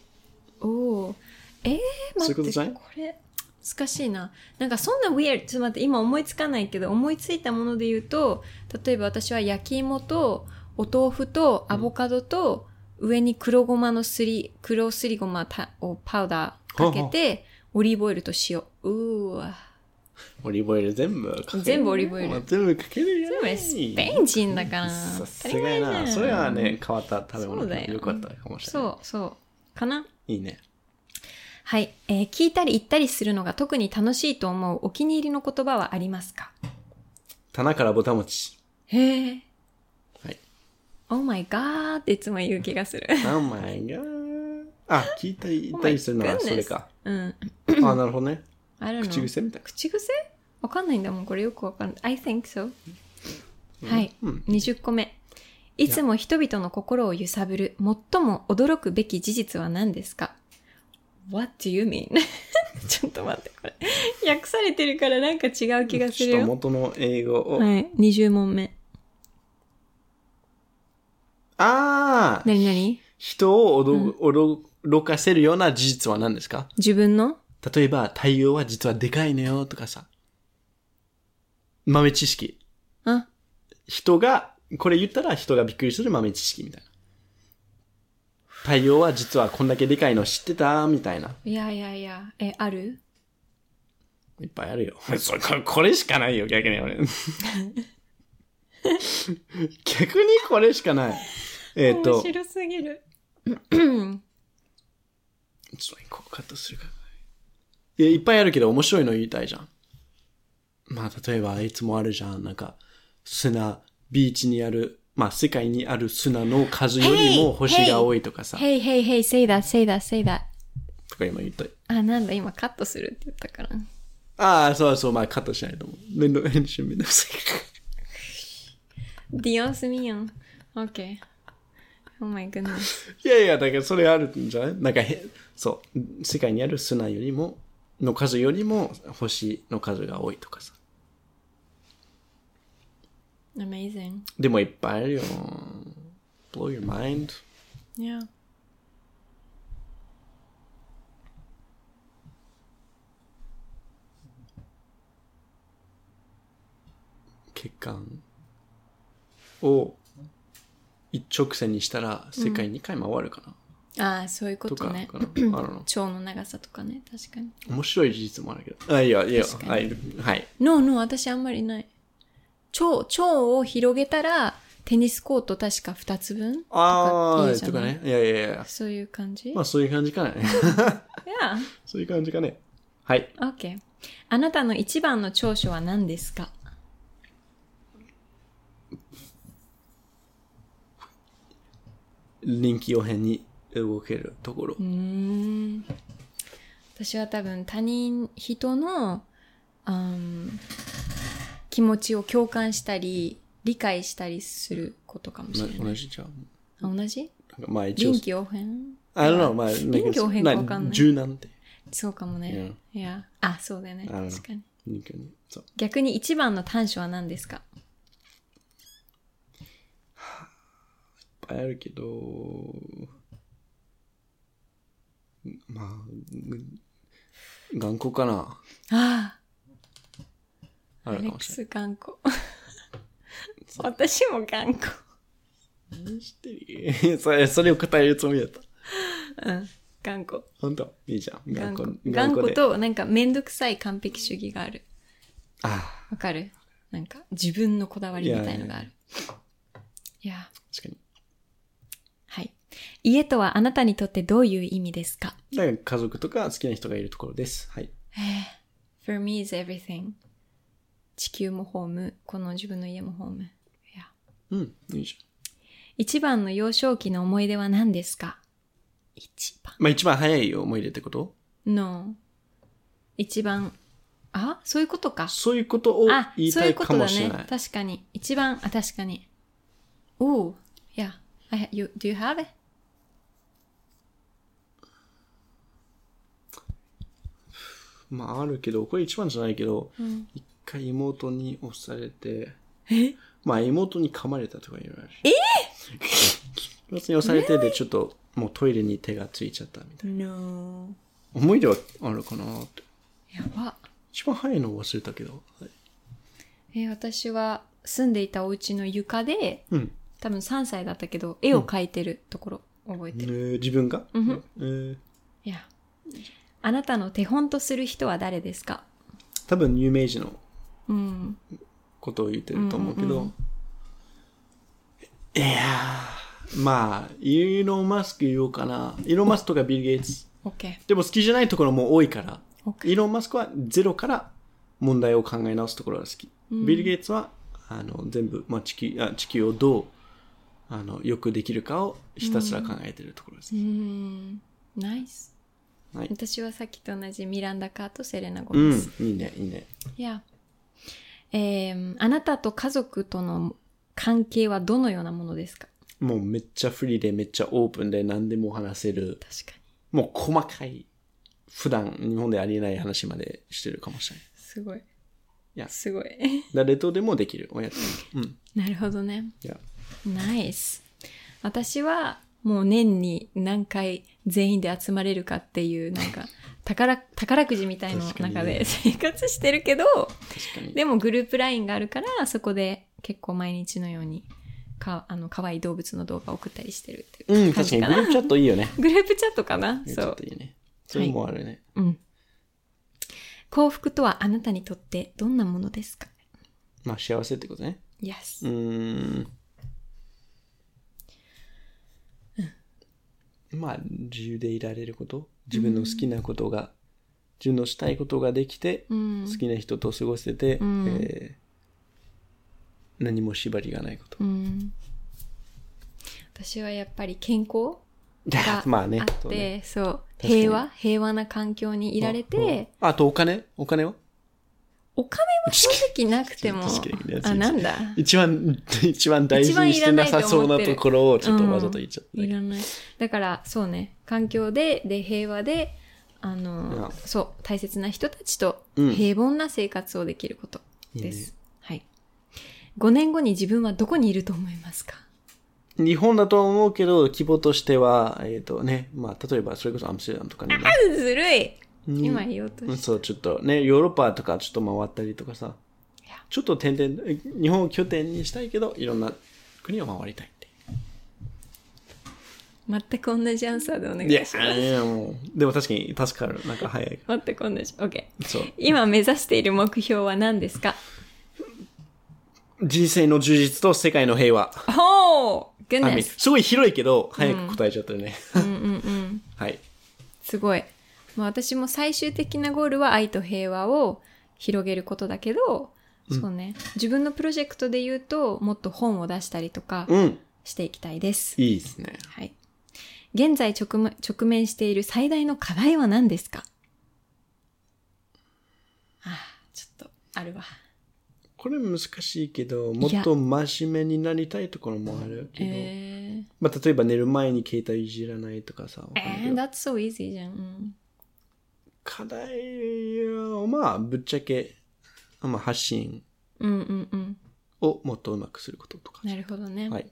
A: おお。えー、
B: そうい
A: 待
B: うこと
A: って、
B: じゃない
A: これ、難しいな。なんかそんな weird、ちょっと待って、今思いつかないけど、思いついたもので言うと、例えば私は焼き芋と、お豆腐と、アボカドと、上に黒ごまのすり、黒すりごまたをパウダーかけて、オリーブオイルと塩。うーわ。
B: オリーブオイル全部かける。
A: 全部オリーブオイル
B: まあ全部かけるよ、
A: でも
B: ね。
A: スペイン人だから。
B: さ
A: 当た
B: す
A: り
B: が
A: 前
B: や
A: じゃん
B: な。それは。ね、変わった食べ
A: そ
B: 物
A: うだ
B: が
A: よ
B: よかったかもしれない。
A: そう、そう。かな。
B: いいね。
A: はい、えー聞いたり言ったりするのが特に楽しいと思うお気に入りの言葉はありますか
B: 棚からぼたもち。
A: へえ。
B: はい。
A: Oh my god! っていつも言う気がする。
B: Oh my god. あ、聞いたり、言ったりするの
A: Oh
B: は
A: my goodness
B: それか。
A: うん。
B: あ、なるほどね。
A: あるの
B: 口癖みたい
A: 口癖わかんないんだもん。これよくわかんない。I think so. はい。20個目。いつも人々の心を揺さぶる最も驚くべき事実は何ですか ?What do you mean? ちょっと待って、これ。訳されてるからなんか違う気が
B: な。
A: す
B: ち
A: る
B: ょっと
A: よ。
B: 元の英語を。
A: はい。20問目。
B: ああ
A: なになに
B: 人を驚,、驚かせるような事実は何ですか
A: 自分の
B: 例えば、太陽は実はでかいのよとかさ。豆知識。
A: あ、
B: 人が、これ言ったら人がびっくりする豆知識みたいな。太陽は実はこんだけでかいの知ってたみたいな。
A: いやいやいや。え、ある
B: いっぱいあるよ。 そここれしかないよ、逆に俺。 逆にこれしかない。えっ、と、ちょっ
A: 面白すぎ る。
B: とここカットするから。いや、いっぱいあるけど面白いの言いたいじゃん。まあ、例えば、いつもあるじゃん。なんか、砂、ビーチにある、まあ、世界にある砂の数よりも
A: Hey!
B: 星が多いとかさ。
A: Hey, hey, hey, say that, say that, say that.
B: とか今言った。
A: あ、なんだ、今カットするって言ったから。
B: ああ、そうそう、まあ、カットしないと思う。めんど、編集めんどくさいから。
A: Dios mío. Okay. Oh my goodness.
B: いやいや、だからそれあるんじゃないなんかへ、そう、世界にある砂よりも、の数よりも星の数が多いとかさ。
A: Amazing.
B: でもいっぱいあるよ。blow your mind.
A: Yeah.
B: 血管を一直線にしたら世界2回回るかな、
A: ああ、そういうこと
B: とか
A: ね。
B: かな。あの、
A: 腸の長さとかね、確かに。
B: 面白い事実もあるけど。あ、いや、いや、
A: 確
B: は
A: か
B: い。はい。
A: No, no, 私あんまりない。腸、腸を広げたら、テニスコート確か2つ分とかっ
B: あ
A: ていう
B: ー、
A: じゃ
B: とか
A: ない、
B: ね。いやいやいや。
A: そういう感じ、
B: まあそういう感じかね。
A: ?Yeah.
B: そういう感じかね。はい。
A: Okay. あなたの一番の長所は何ですか
B: 臨機応変に動けるところ。
A: うーん私は多分他人人の、うん気持ちを共感したり理解したりすることかもしれない。
B: 同じじゃん。
A: あ同じ
B: なんかまあ一応
A: 臨、機応変
B: I don't know, まあ、
A: 臨機応変かわかんない
B: 柔軟って。
A: そうかもね。いや、あ、そうだよね。
B: I don't know.
A: 確かに。
B: 臨機応変そう。
A: 逆に一番の短所は何ですか
B: いっぱいあるけど、まあ、ぐ頑固かな。
A: ああ、
B: あ
A: ア
B: る
A: レ
B: か
A: ッ
B: も
A: ク
B: し
A: ス頑固。 私も頑固。
B: れない。知ってる それ、それを答えるつもりだった。
A: うん、頑固。
B: 本当いいじゃん。
A: 頑
B: 頑固
A: 固。
B: 頑
A: 頑
B: 固
A: 固
B: で。
A: と、なんかめんどくさい完璧主義がある。
B: あ
A: わかるなんか自分のこだわりみたいのがある。いや
B: あ、確か
A: はい。家とはあなたにとってどういう意味ですか
B: に。だから家族とか好きな人がいるところです。はい。
A: ?For me is everything. 地球もホーム、この自分の家もホーム。いや。
B: うん、いいじゃん。
A: 一番の幼少期の思い出は何ですか一番。
B: まあ一番早い思い出ってこと
A: の、一番、あそういうことか。
B: そういうことを
A: あ、
B: 言い
A: そう
B: た
A: いう
B: い
A: こ
B: か
A: と
B: も
A: だ
B: しれな
A: ね
B: い。。
A: 確かに。一番、あ、確かに。おう。いや。I- you- Do you have it?
B: まああるけど、これ一番じゃないけど、一、回妹に押されて、まあ妹に噛まれたとか言われる。え妹に押されてで、ちょっともうトイレに手がついちゃったみたい
A: No.
B: な。思い出はあるかなって。
A: やば。
B: 一番早いの忘れたけど。はい
A: えー私は住んでいたお家の床で、
B: うん。
A: 多分3歳だったけど、絵を描いてるところ覚え
B: え
A: てる。
B: ー自分が、
A: うんふん
B: えー
A: いや。あなたの手本とする人は誰ですか
B: 多分有名人の
A: うん。
B: ことを言ってると思うけど、いやー、まあ、イーロン・マスク言おうかな。イーロン・マスクとかビル・ゲイツ。
A: OK。
B: でも好きじゃないところも多いから、
A: OK
B: イーロン・マスクはゼロから問題を考え直すところが好き。ビル・ゲイツはあの全部、まあ、地球あ地球をどうあのよくできるかをひたすら考えてるところです、
A: うんナイス
B: はい、
A: 私はさっきと同じミランダ・カーとセレナ・ゴ
B: う
A: メ
B: ん
A: ス、
B: いいねいいね
A: いや、えーあなたと家族との関係はどのようなものですか
B: もうめっちゃフリーでめっちゃオープンで何でも話せる
A: 確かに
B: もう細かい普段日本でありえない話までしてるかもしれない
A: すごい
B: いや
A: すごい
B: 誰とでもできるおやつうんい
A: なるほどね
B: や
A: ナイス私はもう年に何回全員で集まれるかっていうなん か宝宝くじみたいの
B: 確かにね
A: 中で生活してるけど
B: 確かに
A: でもグループ LINE があるからそこで結構毎日のようにかあの可愛い動物の動画を送ったりしてるっていう
B: うん
A: 感じ
B: 確かに
A: か
B: グル
A: な、
B: ープチャットいいよね
A: グループチャットかな
B: グループ
A: そ
B: チャッ
A: う
B: トいいねそれもあるね、
A: うん幸福とはあなたにとってどんなものですか
B: まあ幸せってことね
A: Yes
B: うーんまあ自由でいられること自分の好きなことが、自分のしたいことができて、
A: うん
B: 好きな人と過ごせて、
A: ん
B: えー何も縛りがないこと
A: う、ん私はやっぱり健康が
B: まあね
A: あってそ,、
B: そううねかに
A: 平和平和な環境にいられて、
B: あとお金お金は
A: お金は正直なくても
B: 知識的なやつ
A: あなんだ
B: 一番一番大事にしてなさそうなところをちょっとわざと言っちゃっただ
A: い
B: け、
A: らないだからそうね環境でで平和であの
B: いや
A: そう大切な人たちと
B: うん
A: 平凡な生活をできることです、
B: いいね
A: はい5年後に自分はどこにいると思いますか
B: 日本だとは思うけど規模としてはえっ、とねまあ例えばそれこそアムステルダムとかね
A: ずるい
B: うん
A: 今言おうと
B: うん
A: し
B: そうちょっとねヨーロッパとかちょっと回ったりとかさ
A: いや
B: ちょっと点々え日本を拠点にしたいけどいろんな国を回りたいって
A: 全く同じアンサーでお願い
B: い
A: し
B: や
A: ます
B: いやもうでも確かに助かるなんか早い
A: 全く同じ OK
B: そう
A: 今目指している目標は何ですか
B: 人生の充実と世界の平和
A: Oh
B: あみ
A: goodness
B: すごい広いけど早く答えちゃったよね、
A: うんうんうん
B: はい
A: すごい。まあ、私も最終的なゴールは愛と平和を広げることだけど、そうね。自分のプロジェクトで言うと、もっと本を出したりとか
B: うん
A: していきたいです。
B: いいですね
A: はい。現在直面直面している最大の課題は何ですかああ、ちょっと、あるわ。
B: これ難しいけどもっと真面目になりたいところもあるけど、
A: えー、
B: まあ、例えば寝る前に携帯いじらないとかさわかんない
A: え
B: け
A: ー、
B: ど
A: that's so easy じゃん。うん
B: 課題はまあぶっちゃけ、まあ、発信
A: うんうんうん。
B: をもっとうまくすることとか、
A: なるほどね。
B: はい、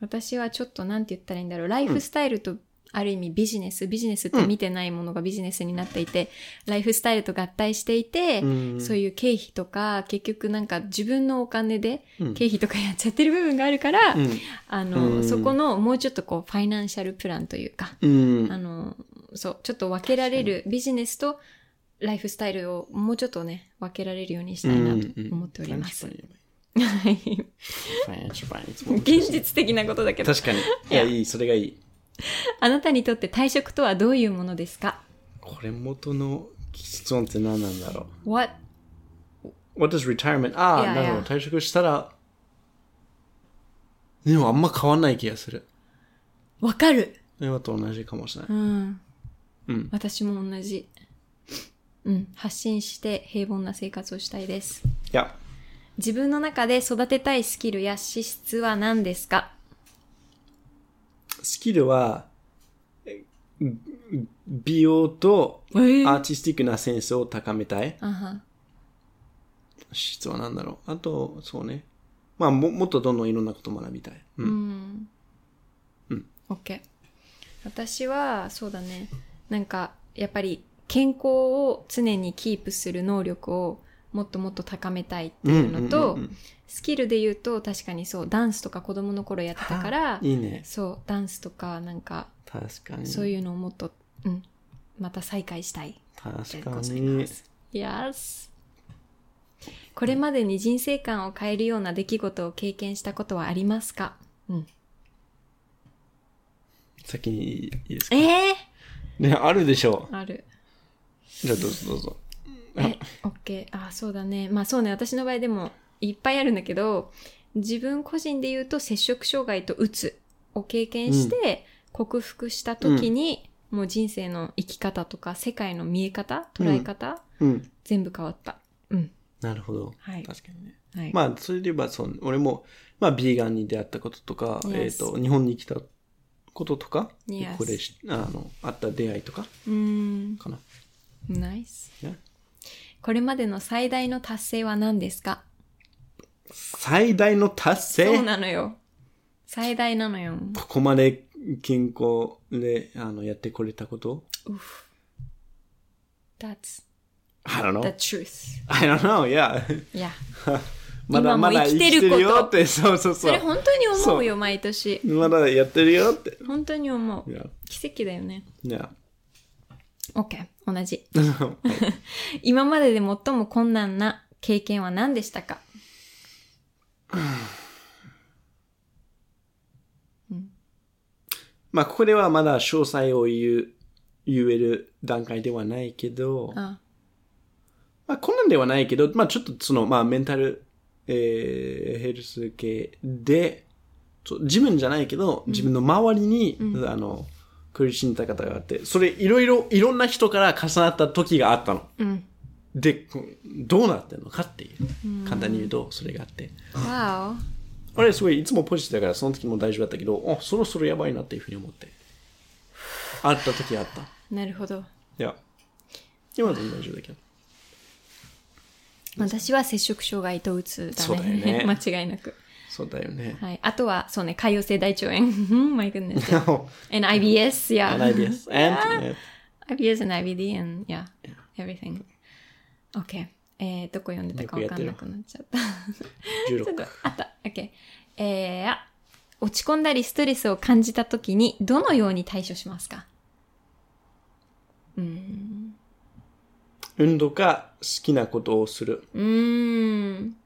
A: 私はちょっとなんて言ったらいいんだろうライフスタイルとある意味ビジネス、ビジネスって見てないものがビジネスになっていて、ライフスタイルと合体していて、
B: ん
A: そういう経費とか結局なんか自分のお金で
B: うん
A: 経費とかやっちゃってる部分があるから、
B: うん
A: あの、
B: うん
A: そこのもうちょっとこうファイナンシャルプランというか、
B: うん
A: あのそうちょっと分けられるビジネスとライフスタイルをもうちょっとね分けられるようにしたいなと思っております。
B: うんうん
A: はい
B: ファイナンシャルプランいつも
A: 現実的なことだけど。
B: 確かにいやいいそれがいい
A: あなたにとって退職とはどういうものですか
B: これ元の質問って何なんだろ
A: ?What?
B: う What does retirement? ああ
A: いやいや
B: なるほど退職したらでもあんま変わんない気がする
A: わかる
B: 今と同じかもしれない
A: うん。
B: うん
A: 私も同じ。うん。発信して平凡な生活をしたいです。
B: いや
A: 自分の中で育てたいスキルや資質は何ですか
B: スキルはえ美容と
A: えー、
B: ア
A: あ
B: ーティスティックなセンスを高めたい
A: は。
B: 質は何だろうあとそうねまあももっとどんどんいろんなこと学びたい、う
A: うんん。
B: うん。
A: OK。私は、そうだね。なんか、やっぱり健康を常にキープする能力をもっともっと高めたいっていうのと、
B: うんうんうん
A: スキルで言うと確かにそうダンスとか子供の頃やってたから
B: いいね
A: そうダンスとかなんか
B: 確かに
A: そういうのをもっと、うん、また再開したいで
B: 確か
A: ございま
B: に
A: す。Yes. これまでに人生観を変えるような出来事を経験したことはありますか、うん、
B: 先にいいですか
A: ええ
B: ねあるでしょ
A: ある。
B: うじゃあどうぞどうぞ
A: え、OK。あ、そうだね。まあそうね。私の場合でも、いっぱいあるんだけど、自分個人で言うと摂食障害とうつを経験して、克服した時に、もう人生の生き方とか、世界の見え方、捉え方、
B: うん。
A: 全部変わった。うん。
B: なるほど。
A: はい。
B: 確かにね。
A: はい。
B: まあ、それで言えば、そう、俺も、まあ、ビーガンに出会ったこととか、
A: Yes.
B: えっと、日本に来たこととか、
A: Yes.
B: これし、あの、あった出会いとか、
A: うーん。
B: かな。
A: ナイス。
B: Yeah.
A: これまでの最大の達成は何ですか
B: 最大の達
A: そう
B: 成
A: なのよ。最大なのよ。
B: ここまで健康で、あの、やってこれたこと
A: うふ。That's
B: I don't
A: the
B: know.
A: truth.
B: I don't know, yeah.
A: いや。
B: まだ
A: 今も
B: まだ
A: 生き
B: 生
A: て
B: き
A: る
B: て
A: こと
B: るよって、そうそう
A: そ
B: そ
A: れ
B: う。
A: 本当に思う
B: そ
A: よ、毎年。
B: まだやってるよって。
A: 本当に思う。
B: Yeah,
A: 奇跡だよね。
B: yeah.
A: OK。同 じ。今までで最も困難な経験は何でしたか
B: まあ、ここではまだ詳細を言う、言える段階ではないけど、
A: あ
B: まあ、こんなんではないけど、まあ、ちょっとその、まあ、メンタル、えー、ヘルス系で、そう自分じゃないけど、自分の周りに、あの、苦しんだ方があって、それいろいろ、いろんな人から重なった時があったの。
A: うん。
B: で、こうどうなってんのかっていう、簡単に言うと、それがあって。
A: わ
B: あれ、すごい、いつもポジティブだから、その時も大丈夫だったけど、あ、そろそろやばいなっていうふうに思って。あった時あった。い
A: お。なるほど。
B: や。今は全然大丈夫だけど。
A: 私は摂食障害とうつだ
B: そうだよね
A: ね。 間違いなく。
B: そうだよね。
A: はい。あとは、そうね、潰瘍性大腸炎。My goodness. yeah. And IBS, yeah.
B: an IBS. And, yeah.
A: IBS and IBD and, yeah, everything. Okay. えー、どこ読んでたかわかんなくなっちゃ った。ちょっと
B: 16。、
A: あった。Okay. えー、あ、落ち込んだりストレスを感じたときに、どのように対処しますか
B: 運動か、好きなことをする。
A: うーん。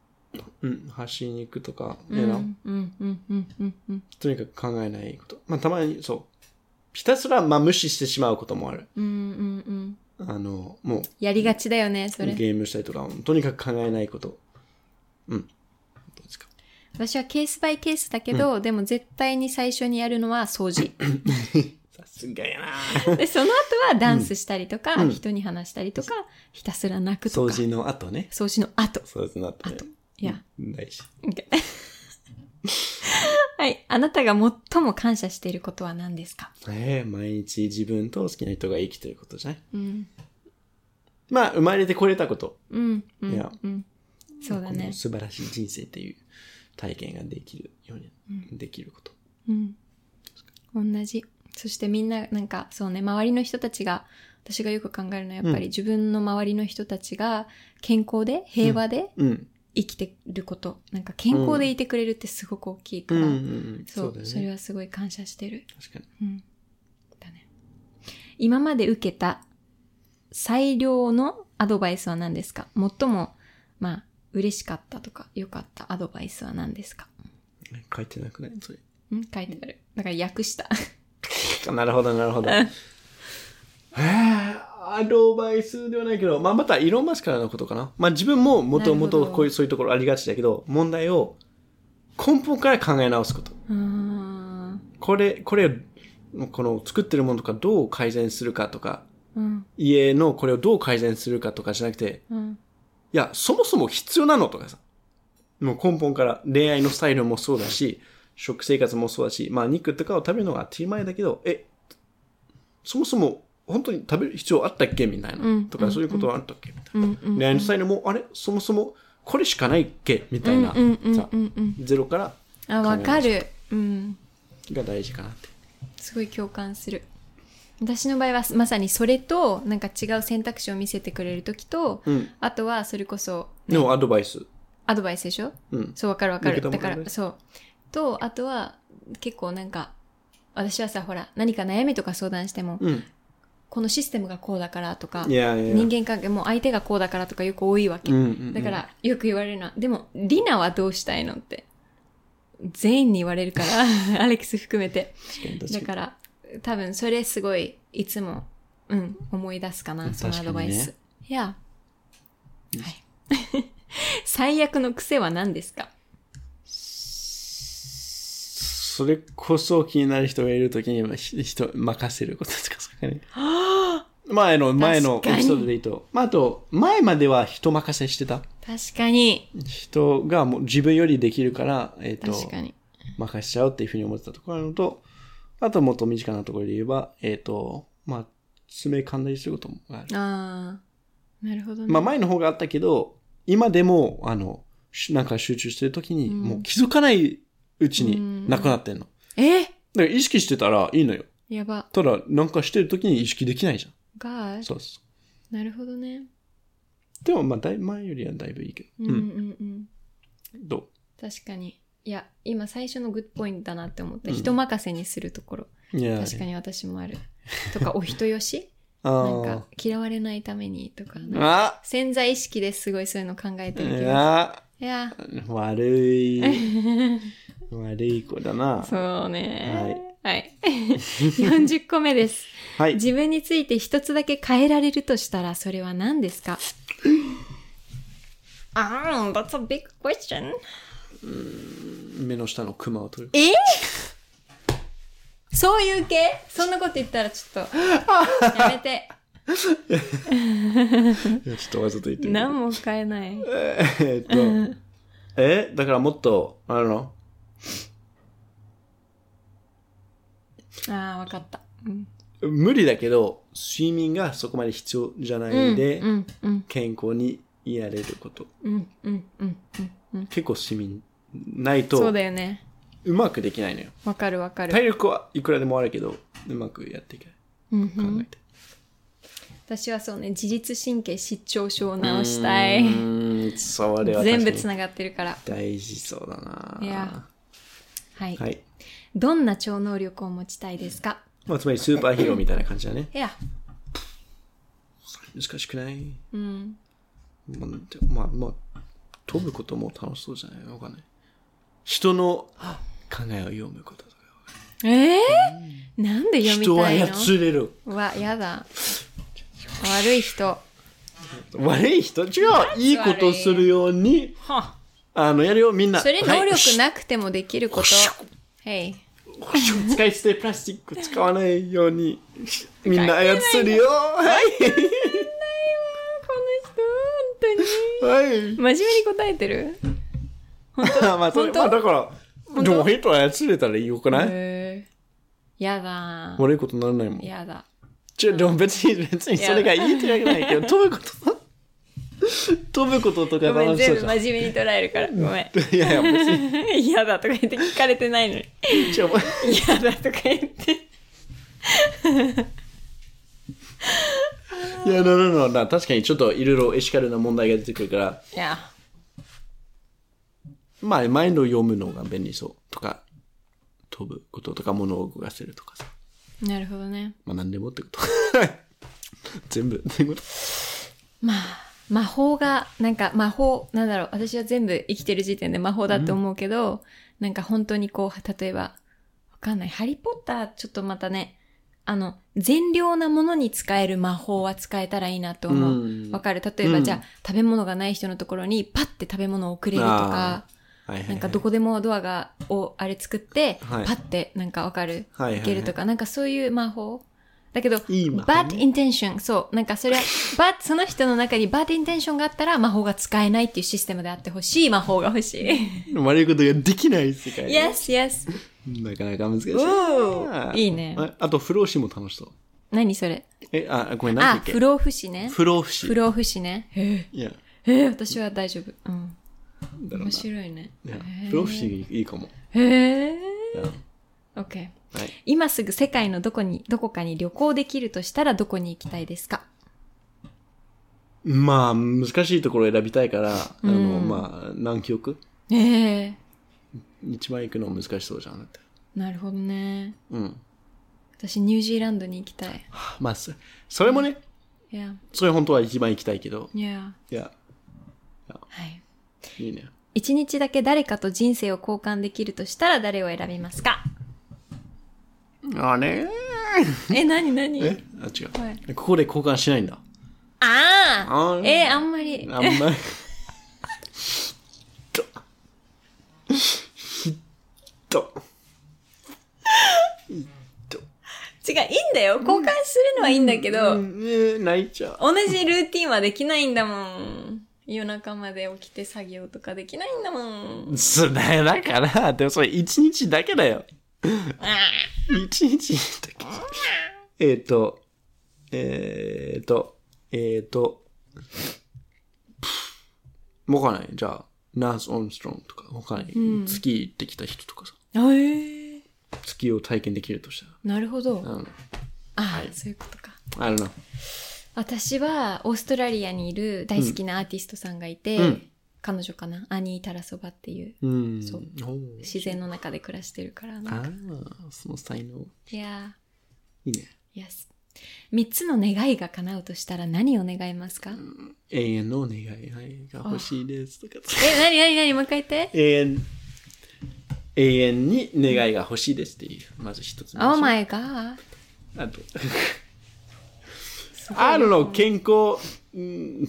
B: うん、走りに行くとか、you know
A: うん、うん、うん、うん、うん。
B: とにかく考えないこと。まあ、たまに、そう。ひたすら、まあ、無視してしまうこともある。
A: うん、うん、うん。
B: あの、もう、
A: やりがちだよね、それ。
B: ゲームしたりとか、とにかく考えないこと。うん。どうですか
A: 私はケースバイケースだけど、でも絶対に最初にやるのは掃除。
B: さすがやな
A: で、 その後はダンスしたりとか、人に話したりとか、ひたすら泣くと
B: 掃
A: か。
B: 除の後ね。
A: 掃除の後。
B: 掃除の後ね。
A: いや、
B: ないし。
A: OK はい。あなたが最も感謝していることは何ですか
B: えー毎日自分と好きな人が生きてることじゃない
A: うん。
B: まあ、生まれてこれたこと。
A: うん。うん。
B: いや
A: うん。そうだ
B: こ
A: ね
B: の。素晴らしい人生っていう体験ができるように、できること。
A: うん。同じ。そしてみんな、なんか、そうね、周りの人たちが、私がよく考えるのは、やっぱり自分の周りの人たちが、健康で、平和で、
B: うん。
A: 生きてること、なんか健康でいてくれるってすごく大きいか
B: うん
A: ら、
B: うんうん。
A: そう
B: だよ
A: それ
B: ね。
A: はすごい感謝してる。
B: 確かに。
A: うん。だね。今まで受けた最良のアドバイスは何ですか最も、まあ、嬉しかったとか、良かったアドバイスは何ですか
B: 書いてなくないそれ。
A: ん書いてある。だから訳した。
B: なるほど、な るほど。えーアドバイスではないけど、まあ、また、イーロンマスクからのことかな。まあ、自分ももとも
A: な
B: と
A: るほど
B: こういう、そういうところありがちだけど、問題を根本から考え直すこと。
A: うーん。
B: これ、これを、この作ってるものとかどう改善するかとか、
A: うん。
B: 家のこれをどう改善するかとかじゃなくて、
A: うん。
B: いや、そもそも必要なのとかさ。もう根本から恋愛のスタイルもそうだし、食生活もそうだし、まあ肉とかを食べるのが当たり前だけど、え、そもそも本当に食べる必要あったっけみたいな。
A: うん
B: とか、
A: うん
B: そういうことはあったっけみたいな。
A: うん。うん。
B: 恋愛のスタイルも、あれそもそもこれしかないっけみた
A: う
B: い
A: ん。
B: な。
A: うん。うん
B: さ。
A: うん。うん。
B: ゼロから
A: あ、わかる。うん。
B: が大事かなって。
A: すごい共感する私の場合はまさにそれとなんか違う選択肢を見せてくれる時と、
B: うん
A: あとはそれこそ
B: でもアドバイス。
A: アドバイスでしょ
B: うん。
A: そうわかるわかる
B: だけど
A: だ
B: も
A: か
B: アドバ
A: ら
B: イス
A: そうとあとは結構なんか私はさほら何か悩みとか相談しても、
B: うん。
A: このシステムがこうだからとか
B: いやいや。
A: 人間関係もう相手がこうだからとかよく多いわけ、
B: うんうんうん
A: だからよく言われるのはでもリナはどうしたいのって全員に言われるから アレックス含めて
B: 確かに確か
A: だ
B: に
A: から多分それすごいいつも、うん、思い出すかなそのアドバイス。いや、はい。 最悪の癖は何ですか
B: それこそ気になる人がいるときにまあひ人任せることですか、それね。前の、前のエピソードでいいと。まあ、あと、前までは人任せしてた。
A: 確かに。
B: 人がもう自分よりできるから、えっ、と、
A: 確かに。
B: 任せちゃうっていうふうに思ってたところなのと、あともっと身近なところで言えば、えっ、と、まあ、爪噛んだりすることもある。
A: ああ。なるほどね。
B: まあ、前の方があったけど、今でも、あの、しなんか集中してるときに、もう気づかないうちになくなってんの。
A: え
B: だから意識してたらいいのよ。
A: やば。
B: ただ、なんかしてるときに意識できないじゃ
A: が
B: ん。そうそ
A: なるほどね。
B: う。でも、まあ、だい前よりはだいぶいいけ
A: う
B: ど。
A: んうんうん。
B: どう
A: 確かに。いや、今最初のグッドポイントだなって思った。
B: うん
A: 人任せにするところ。
B: いや
A: 確かに私もある。とか、お人よし
B: あ
A: なん
B: ー
A: か、嫌われないためにとか、ね、
B: あ
A: 潜在意識ですごいそういうの考えてるけ
B: い
A: ど。
B: や
A: いや、
B: 悪い 悪い子だな
A: そうね。はい。40個目です。
B: はい
A: 自分について一つだけ変えられるとしたら、それは何ですかああ、that's a big question.
B: 目の下のクマを取る
A: え そういう系そんなこと言ったらちょっと、やめて。
B: いやちょっとわざと言ってみ る
A: 何も変えない。
B: えーっとえだからもっとあの
A: ああ、わかった。うん。
B: 無理だけど睡眠がそこまで必要じゃないんで、
A: うん、うん、
B: 健康にいられること
A: うん、うん、うん、うんうん。
B: 結構睡眠ない
A: そ
B: と
A: うだよね。
B: うまくできないのよ
A: わかるわかる。
B: 体力はいくらでもあるけどうまくやっていけ
A: うんう
B: ない考
A: ん
B: えて、
A: 私はそうね、自律神経失調症を治したい。
B: うーんそれは確かに
A: 全部つながってるから。
B: 大事そうだない
A: やはい。
B: はい。
A: どんな超能力を持ちたいですか
B: まあ、つまりスーパーヒーローみたいな感じだね。
A: いや、
B: 難しくない
A: うん。
B: まあ、でもまあ、まあ、飛ぶことも楽しそうじゃないわかんない。人の考えを読むこととか。
A: ええなんで読
B: 人
A: み
B: を
A: たいの
B: 操れる。
A: うわ、やだ。悪い人。
B: 悪い人違ういいことするように、
A: は
B: あの、やるよ、 みんな。
A: それ能力
B: い
A: なくてもできること。へい。
B: 使い捨てプラスチック使わないように、 みんな操るよ。はい。
A: この人、本
B: はい。
A: 当に。真面目に答えてる
B: 本当まあ、それ
A: 本当
B: まあ、だから、でも人は操れたらよくない
A: へえ。やだ。
B: 悪いことにならないもん。
A: やだ。
B: ちょ、でも別に、別にそれがいいってわけないけど、飛ぶこと、 飛ぶこととか
A: ごめん、
B: 楽しそ
A: 全部
B: うじゃん。
A: 真面目に捉えるから。ごめ
B: いやいや、別に、
A: ん。 やだとか言って聞かれてないのに。
B: ちょ、ま
A: やだとか言って。
B: いや、なるほどな、確かにちょっといろいろエシカルな問題が出てくるから、
A: いや。
B: まあ、マインドを読むのが便利そうとか、飛ぶこととか、物を動かせるとかさ、
A: なるほどね。
B: まあ、なんでもってこと。 全部、 全部。
A: まあ、魔法が、なんか魔法、なんだろう、私は全部生きてる時点で魔法だと思うけど、なんか本当にこう、例えば、わかんない。ハリーポッター、ちょっとまたね、あの、善良なものに使える魔法は使えたらいいなと思
B: うん
A: う。わ、かる例えば、
B: うん
A: じゃあ、食べ物がない人のところにパッて食べ物を送れるとか、
B: はいはい、はい。
A: なんかどこでもドアが、をあれ作って、
B: はい
A: パッてなんかわかる、
B: はいはいはい
A: けるとか、なんかそういう魔法だけど、
B: いい魔法ね
A: bad intention。そう。なんかそれは、bad、そ の人の中に bad intention があったら魔法が使えないっていうシステムであってほしい魔法が欲し い。
B: 悪いことができない世界。
A: yes, yes.
B: なかなか難しい。
A: おーいいね
B: あ。あと、不老不死も楽しそう。
A: 何それ
B: え、あ、ごめん、なん
A: あ、
B: て
A: 不
B: 言うっ
A: 老不死ね
B: け。不老不死。
A: 不老不死ね。へ
B: いや。
A: え、へえ私は大丈夫。うん。
B: だろう
A: 面
B: な。
A: 白いね。
B: いや不老不死いいかも。
A: へえ。
B: いや
A: OK。
B: はい。
A: 今すぐ世界のどこに、どこかに旅行できるとしたらどこに行きたいですか
B: まあ、難しいところを選びたいから、あの、まあ、南極
A: ええ
B: 一番行くの難しそうじゃん。だって
A: なるほどね。
B: うん。
A: 私、ニュージーランドに行きたい。
B: はあまあ、そそれもね、
A: いや、
B: それ本当は一番行きたいけど、
A: いや、
B: いや、
A: はい。
B: いいね。
A: 一日だけ誰かと人生を交換できるとしたら誰を選びますか
B: あれ
A: え、なになに
B: えあ、違う、
A: は
B: ここで交換しないんだ。
A: あ
B: あ
A: あ
B: ー
A: えーあんまり。
B: あんまり。と。
A: 違う、いいんだよ。交換するのはいいんだけど、
B: うんえー泣いちゃう。
A: 同じルーティンはできないんだもん。夜中まで起きて作業とかできないんだもん。
B: それだから、でもそれ一日だけだよ。一日だけ。えっ、と、えっ、と、えっ、と、わかんない。じゃあ、ナース・オンストロングとか、わかんない。月行ってきた人とかさ、
A: あえー、
B: 月を体験できるとしたら。
A: なるほど。
B: うん。
A: あ、そういうことか。
B: I don't know.
A: 私はオーストラリアにいる大好きなアーティストさんがいて、
B: うん
A: 彼女かなアニー・タラソバっていう
B: うん。
A: そう
B: おう
A: 自然の中で暮らしてるからなん
B: あ
A: か
B: あ、その才能。
A: いや
B: いいね。
A: ー Yes 三つの願いが叶うとしたら何を願いますか、
B: 永遠のお願いはいが欲しいですとか。
A: え、なになになにもう一回言って。
B: 永遠、永遠に願いが欲しいですっていう。まず一つ目。
A: Oh my god.
B: あと。I don't know, 健康、うん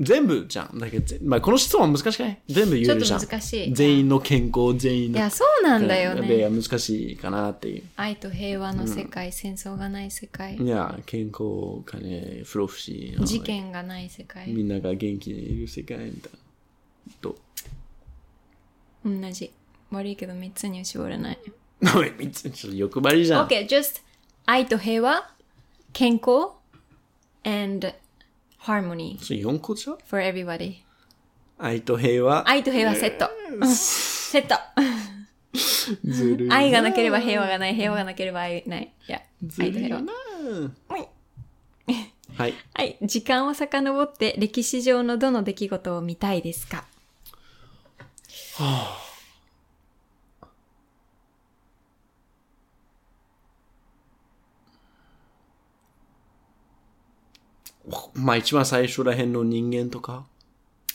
B: 全部じゃん。だけどぜ、まあ、この質問は難しくない全部言えるじゃん。
A: ちょっと難しい
B: 全員の健康、全員
A: い
B: の。
A: や、そうなんだよ
B: で
A: ね。
B: 難しいかなっていう。
A: 愛と平和の世界、戦争がない世界、
B: いや、健康、金、不老不死の
A: 事件がない世界、
B: みんなが元気でいる世界みたいな。と。
A: 同じ。悪いけど三つには絞れない。
B: おい、三つ、ちょっと欲張りじゃん。
A: Okay, just 愛と平和、健康、and harmony
B: それ4個じゃん
A: for everybody.
B: 愛と平和。
A: 愛と平和セット。セ ット。
B: ずるい。
A: 愛がなければ平和がない、平和がなければ愛ない。いや、
B: ず
A: 愛と
B: るい
A: 平
B: よ
A: 和。
B: な。 はい。
A: はい、時間を遡って歴史上のどの出来事を見たいですか
B: まあ一番最初らへんの人間とか、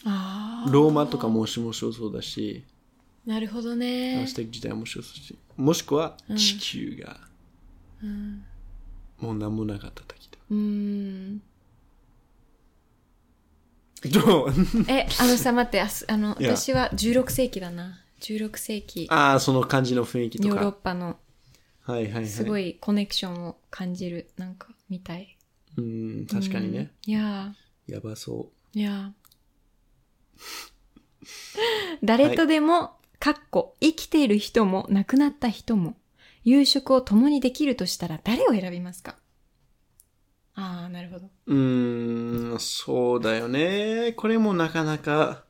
A: あ
B: ローマとかもしもしそうだし、
A: あ、なるほどね
B: ス。テ時代もしそうだし、もしくは地球が、もう何もなかった時だ。
A: うーん。
B: どう
A: え、あのさ、待って、あすあの、
B: いや
A: 私は16世紀だな。16世紀、
B: ああ、その感じの雰囲気と
A: ヨーロッ
B: か。
A: パの
B: はいはいはい。
A: すごいコネクションを感じる、なんか、みたい。
B: うん、確かにね。
A: いや
B: やばそ
A: ー、いやー。 誰とでも、かっこ、生きている人も、亡くなった人も、夕食を共にできるとしたら誰を選びますかああ、なるほど。
B: う。うーん、そうだよね。これもなかなか、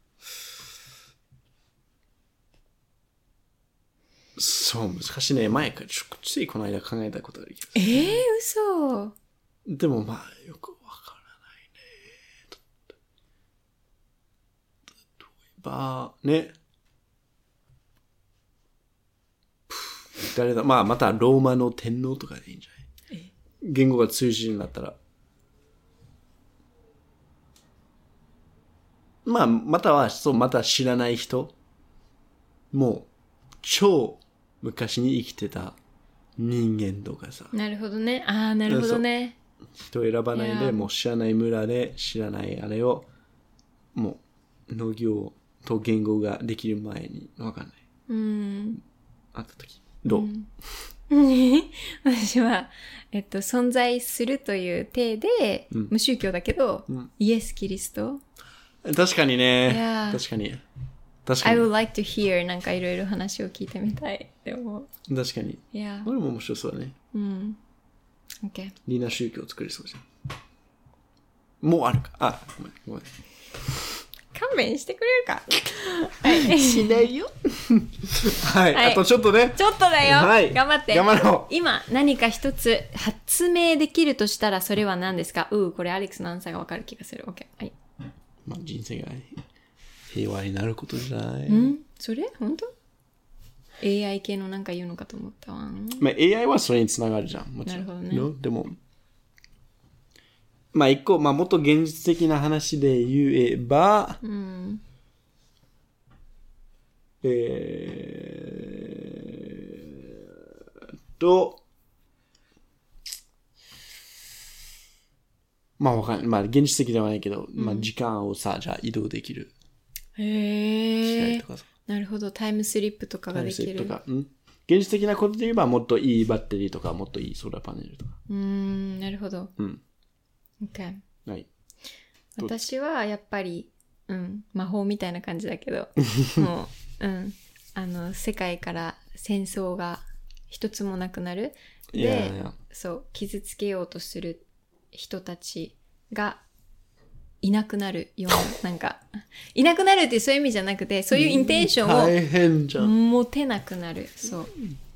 B: そう、難しいね。前から、ちょついこの間考えたことあるけど。
A: ええー、嘘。
B: でもまあ、よくわからないね。例えば、ね。誰だまあ、またローマの天皇とかでいいんじゃない言語が通じるようになったら。まあ、または、そう、また知らない人。もう、超昔に生きてた人間とかさ。
A: なるほどね。ああ、なるほどね。
B: 人を選ばない
A: いや
B: で、もう知らない村で知らないあれを、もう農業と言語ができる前にわかんない。
A: うん。
B: あった時。どう、
A: 私は、えっと、存在するという体で、
B: うん
A: 無宗教だけど、イエス・キリスト。
B: 確かにね。
A: いやー
B: 確かに。確か
A: I
B: に。
A: would like to hear なんかいろいろ話を聞いてみたいって思う。
B: 確かに。
A: いや
B: こ、れも面白そうだね。
A: うん。OK。
B: リーナ宗教を作りそうじゃん。もうあるか。あ、ごめん、ごめん。
A: 勘弁してくれるか。はい。
B: しないよ。はい、
A: はい
B: あとちょっとね。
A: ちょっとだよ、
B: はい
A: 頑張って
B: 頑張ろ
A: 今何か一つ発明できるとしたらそれは何ですかうー、これアレックスのアンサーがわかる気がする。OK。はい。
B: まあ、人生が平和になることじゃない。
A: うんそれ本当 ?AI 系のなんか言うのかと思ったわ。
B: まあ、AI はそれにつながるじゃん。もちろん。
A: なるほどね
B: のでも、まあ一個、まあもっと現実的な話で言えば、
A: うん。
B: えーっと、まあわかんない。まあ現実的ではないけど、まあ時間をさ、じゃあ移動できる。
A: へ
B: 機械
A: え
B: と。かさ
A: なるほどタイムスリップとかができ
B: タイムスリップ
A: る
B: とか、うん、現実的なことで言えばもっといいバッテリーとかもっといいソーラーパネルとか
A: うーんなるほど
B: うん
A: OK
B: はいどう
A: 私はやっぱり、うん、魔法みたいな感じだけ どもう、うん、あの世界から戦争が一つもなくなる
B: いやいや
A: そう傷つけようとする人たちがいなくなるようななんか いなくなるってそういう意味じゃなくてそういうインテンショ
B: 大変じゃ
A: ンを
B: ん
A: 持てなくなるそう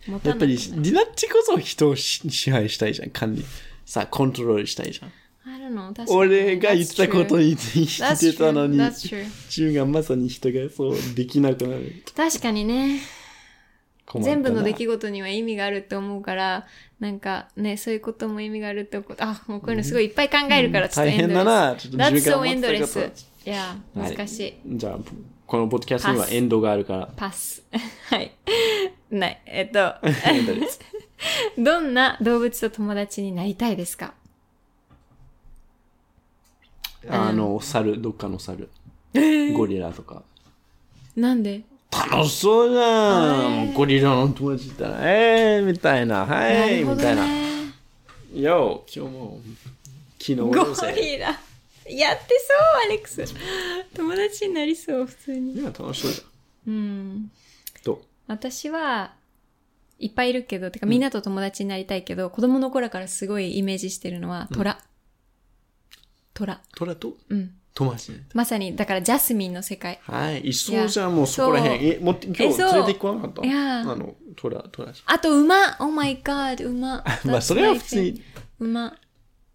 A: 持た
B: や
A: な
B: っ
A: く
B: ぱ
A: な
B: り
A: る
B: リナッチこそ人をし支配したいじゃん管理さコントロールしたいじゃん
A: あるの確かに
B: 俺が言ってたことについて
A: That's
B: 言ってたのに
A: true. That's true.
B: 自分がまさに人がそうできなくなる
A: 確かにね
B: 困った
A: 全
B: な
A: 部の出来事には意味があるって思うからなんかねそういうことも意味があるってことあもうこういうのすごいいっぱい考えるからちょっと
B: 大
A: エンドレス、
B: 変だなちょっと自
A: That's
B: 分か
A: so
B: ら思ってたこ
A: endless い
B: と
A: や
B: はい
A: 難しい、
B: じゃあこのポッドキャストにはエンドがあるから
A: パス はいないえっ と
B: エンドレス
A: どんな動物と友達になりたいですか
B: あの猿どっかの猿ゴリラとか
A: なんで
B: 楽しそうじゃん、もうゴリラの友達いたら「えー」みたいな「はい」みたいな「よ今日も昨日
A: ゴ
B: どうせ
A: リラやってそうアレックス友達になりそう普通に
B: いや楽しそうじゃん
A: うん
B: どう
A: 私はいっぱいいるけど、てかみんなと友達になりたいけど、子供の頃からすごいイメージしてるのは虎。虎。
B: トラと
A: うん。
B: 友達ね
A: まさに、だからジャスミンの世界。
B: はいいそうじゃんもうそこらへん
A: そう
B: えもって今日
A: え
B: 連
A: そう
B: れてこなかった
A: いやー
B: あのトラトラ。
A: あと馬 !Oh my god, 馬
B: まあそれは普通に。
A: 馬。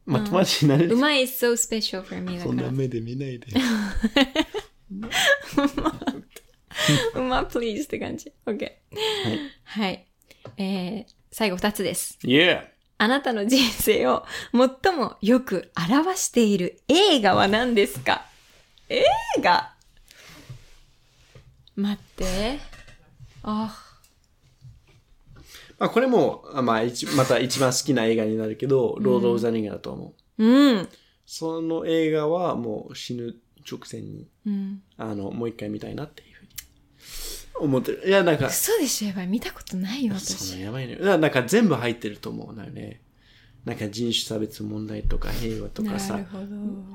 B: まあ友達になれる
A: 馬 is so special for me だ
B: そんな
A: か
B: 目で見ないで
A: ら。 馬 please って感じ。OK。はい。えー、最後二つです。
B: Yeah
A: あなたの人生を最もよく表している映画は何ですか映画待って。あ、
B: まあこれもあまあ一また一番好きな映画になるけど「ロード・オブ・ザ・リング」だと思う
A: うん。
B: その映画はもう死ぬ直前に
A: うん。
B: あの、もう一回見たいなっていうふうに思ってる。いや、なんか、
A: 嘘でしょやばい。見たことないよ、
B: そ
A: 私。
B: のやばいね。いやなんか全部入ってると思うんだよね。なんか人種差別問題とか平和と
A: な
B: かさ
A: る、ほど。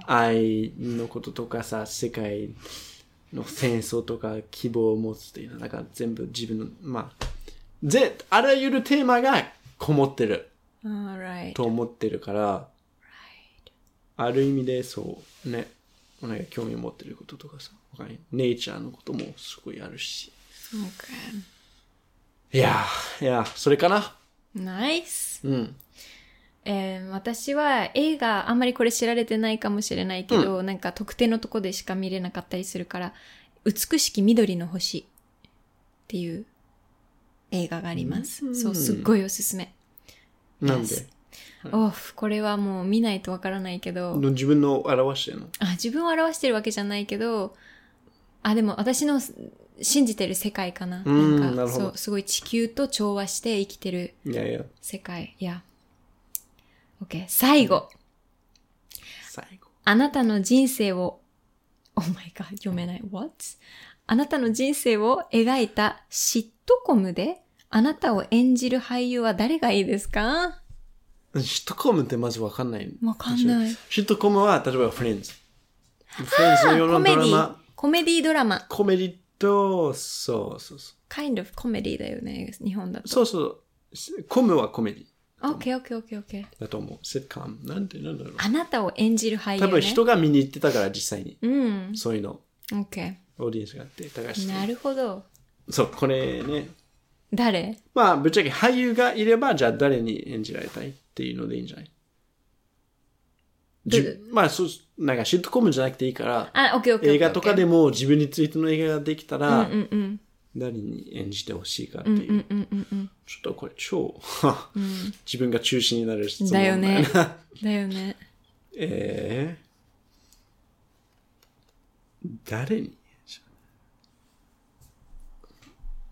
B: 愛のこととかさ、世界の戦争とか希望を持つっていうのなんか全部自分の、まあ、ぜ、あらゆるテーマがこもってる
A: alright.
B: と思ってるから、ある意味でそうね、なんか興味を持ってることとかさ、他にネイチャーのこともすごいあるし。
A: Okay.
B: いやー、いやー、それかな。
A: Nice.
B: うん。
A: えー私は映画あんまりこれ知られてないかもしれないけど、なんか特定のとこでしか見れなかったりするから「美しき緑の星」っていう映画があります、そうすっごいおすすめ
B: なんで
A: Yes おうこれはもう見ないとわからないけど、
B: の自分の表してるの
A: あ自分を表してるわけじゃないけどあでも私の信じてる世界かな,、
B: うん
A: なんか
B: なるほ
A: そ
B: ど
A: うすごい地球と調和して生きてる
B: いやいや、
A: 世界いや OK 最後、
B: 最後。
A: あなたの人生を、Oh my god, 読めない。What? あなたの人生を描いたシットコムで、あなたを演じる俳優は誰がいいですか
B: シットコムってまずわかんない。
A: わかんない。
B: シットコムは、例えばフレンズ。フレンズのよう
A: コ
B: な
A: メデ
B: ドラ
A: ィ
B: マ、、
A: コメディドラマ。
B: コメディと、そうそうそ
A: kind of コメディだよね、日本だ
B: う。
A: と。
B: そうそう。コムはコメディ
A: OK, OK, OK, OK.
B: だと思う。セッカム。なんて、なんだろう。
A: あなたを演じる俳優、ね。
B: 多分人が見に行ってたから、実際に。
A: うん。
B: そういうの、
A: OK。
B: オーディエンスがあって、高橋
A: な
B: さん。
A: るほど。
B: そう、これね。
A: 誰
B: まあ、ぶっちゃけ俳優がいれば、じゃあ誰に演じられたいっていうのでいいんじゃないじゅまあ、そう、なんかシットコムじゃなくていいから、
A: あ、OK, OK, OK,
B: 映画とかでも自分についての映画ができたら
A: うん、うん
B: 誰に演じてほしいかっていう。
A: うんうんうんうん
B: ちょっとこれ超、 自分が中心になる質
A: うん。
B: 問。
A: だよねだよね。
B: えー、誰に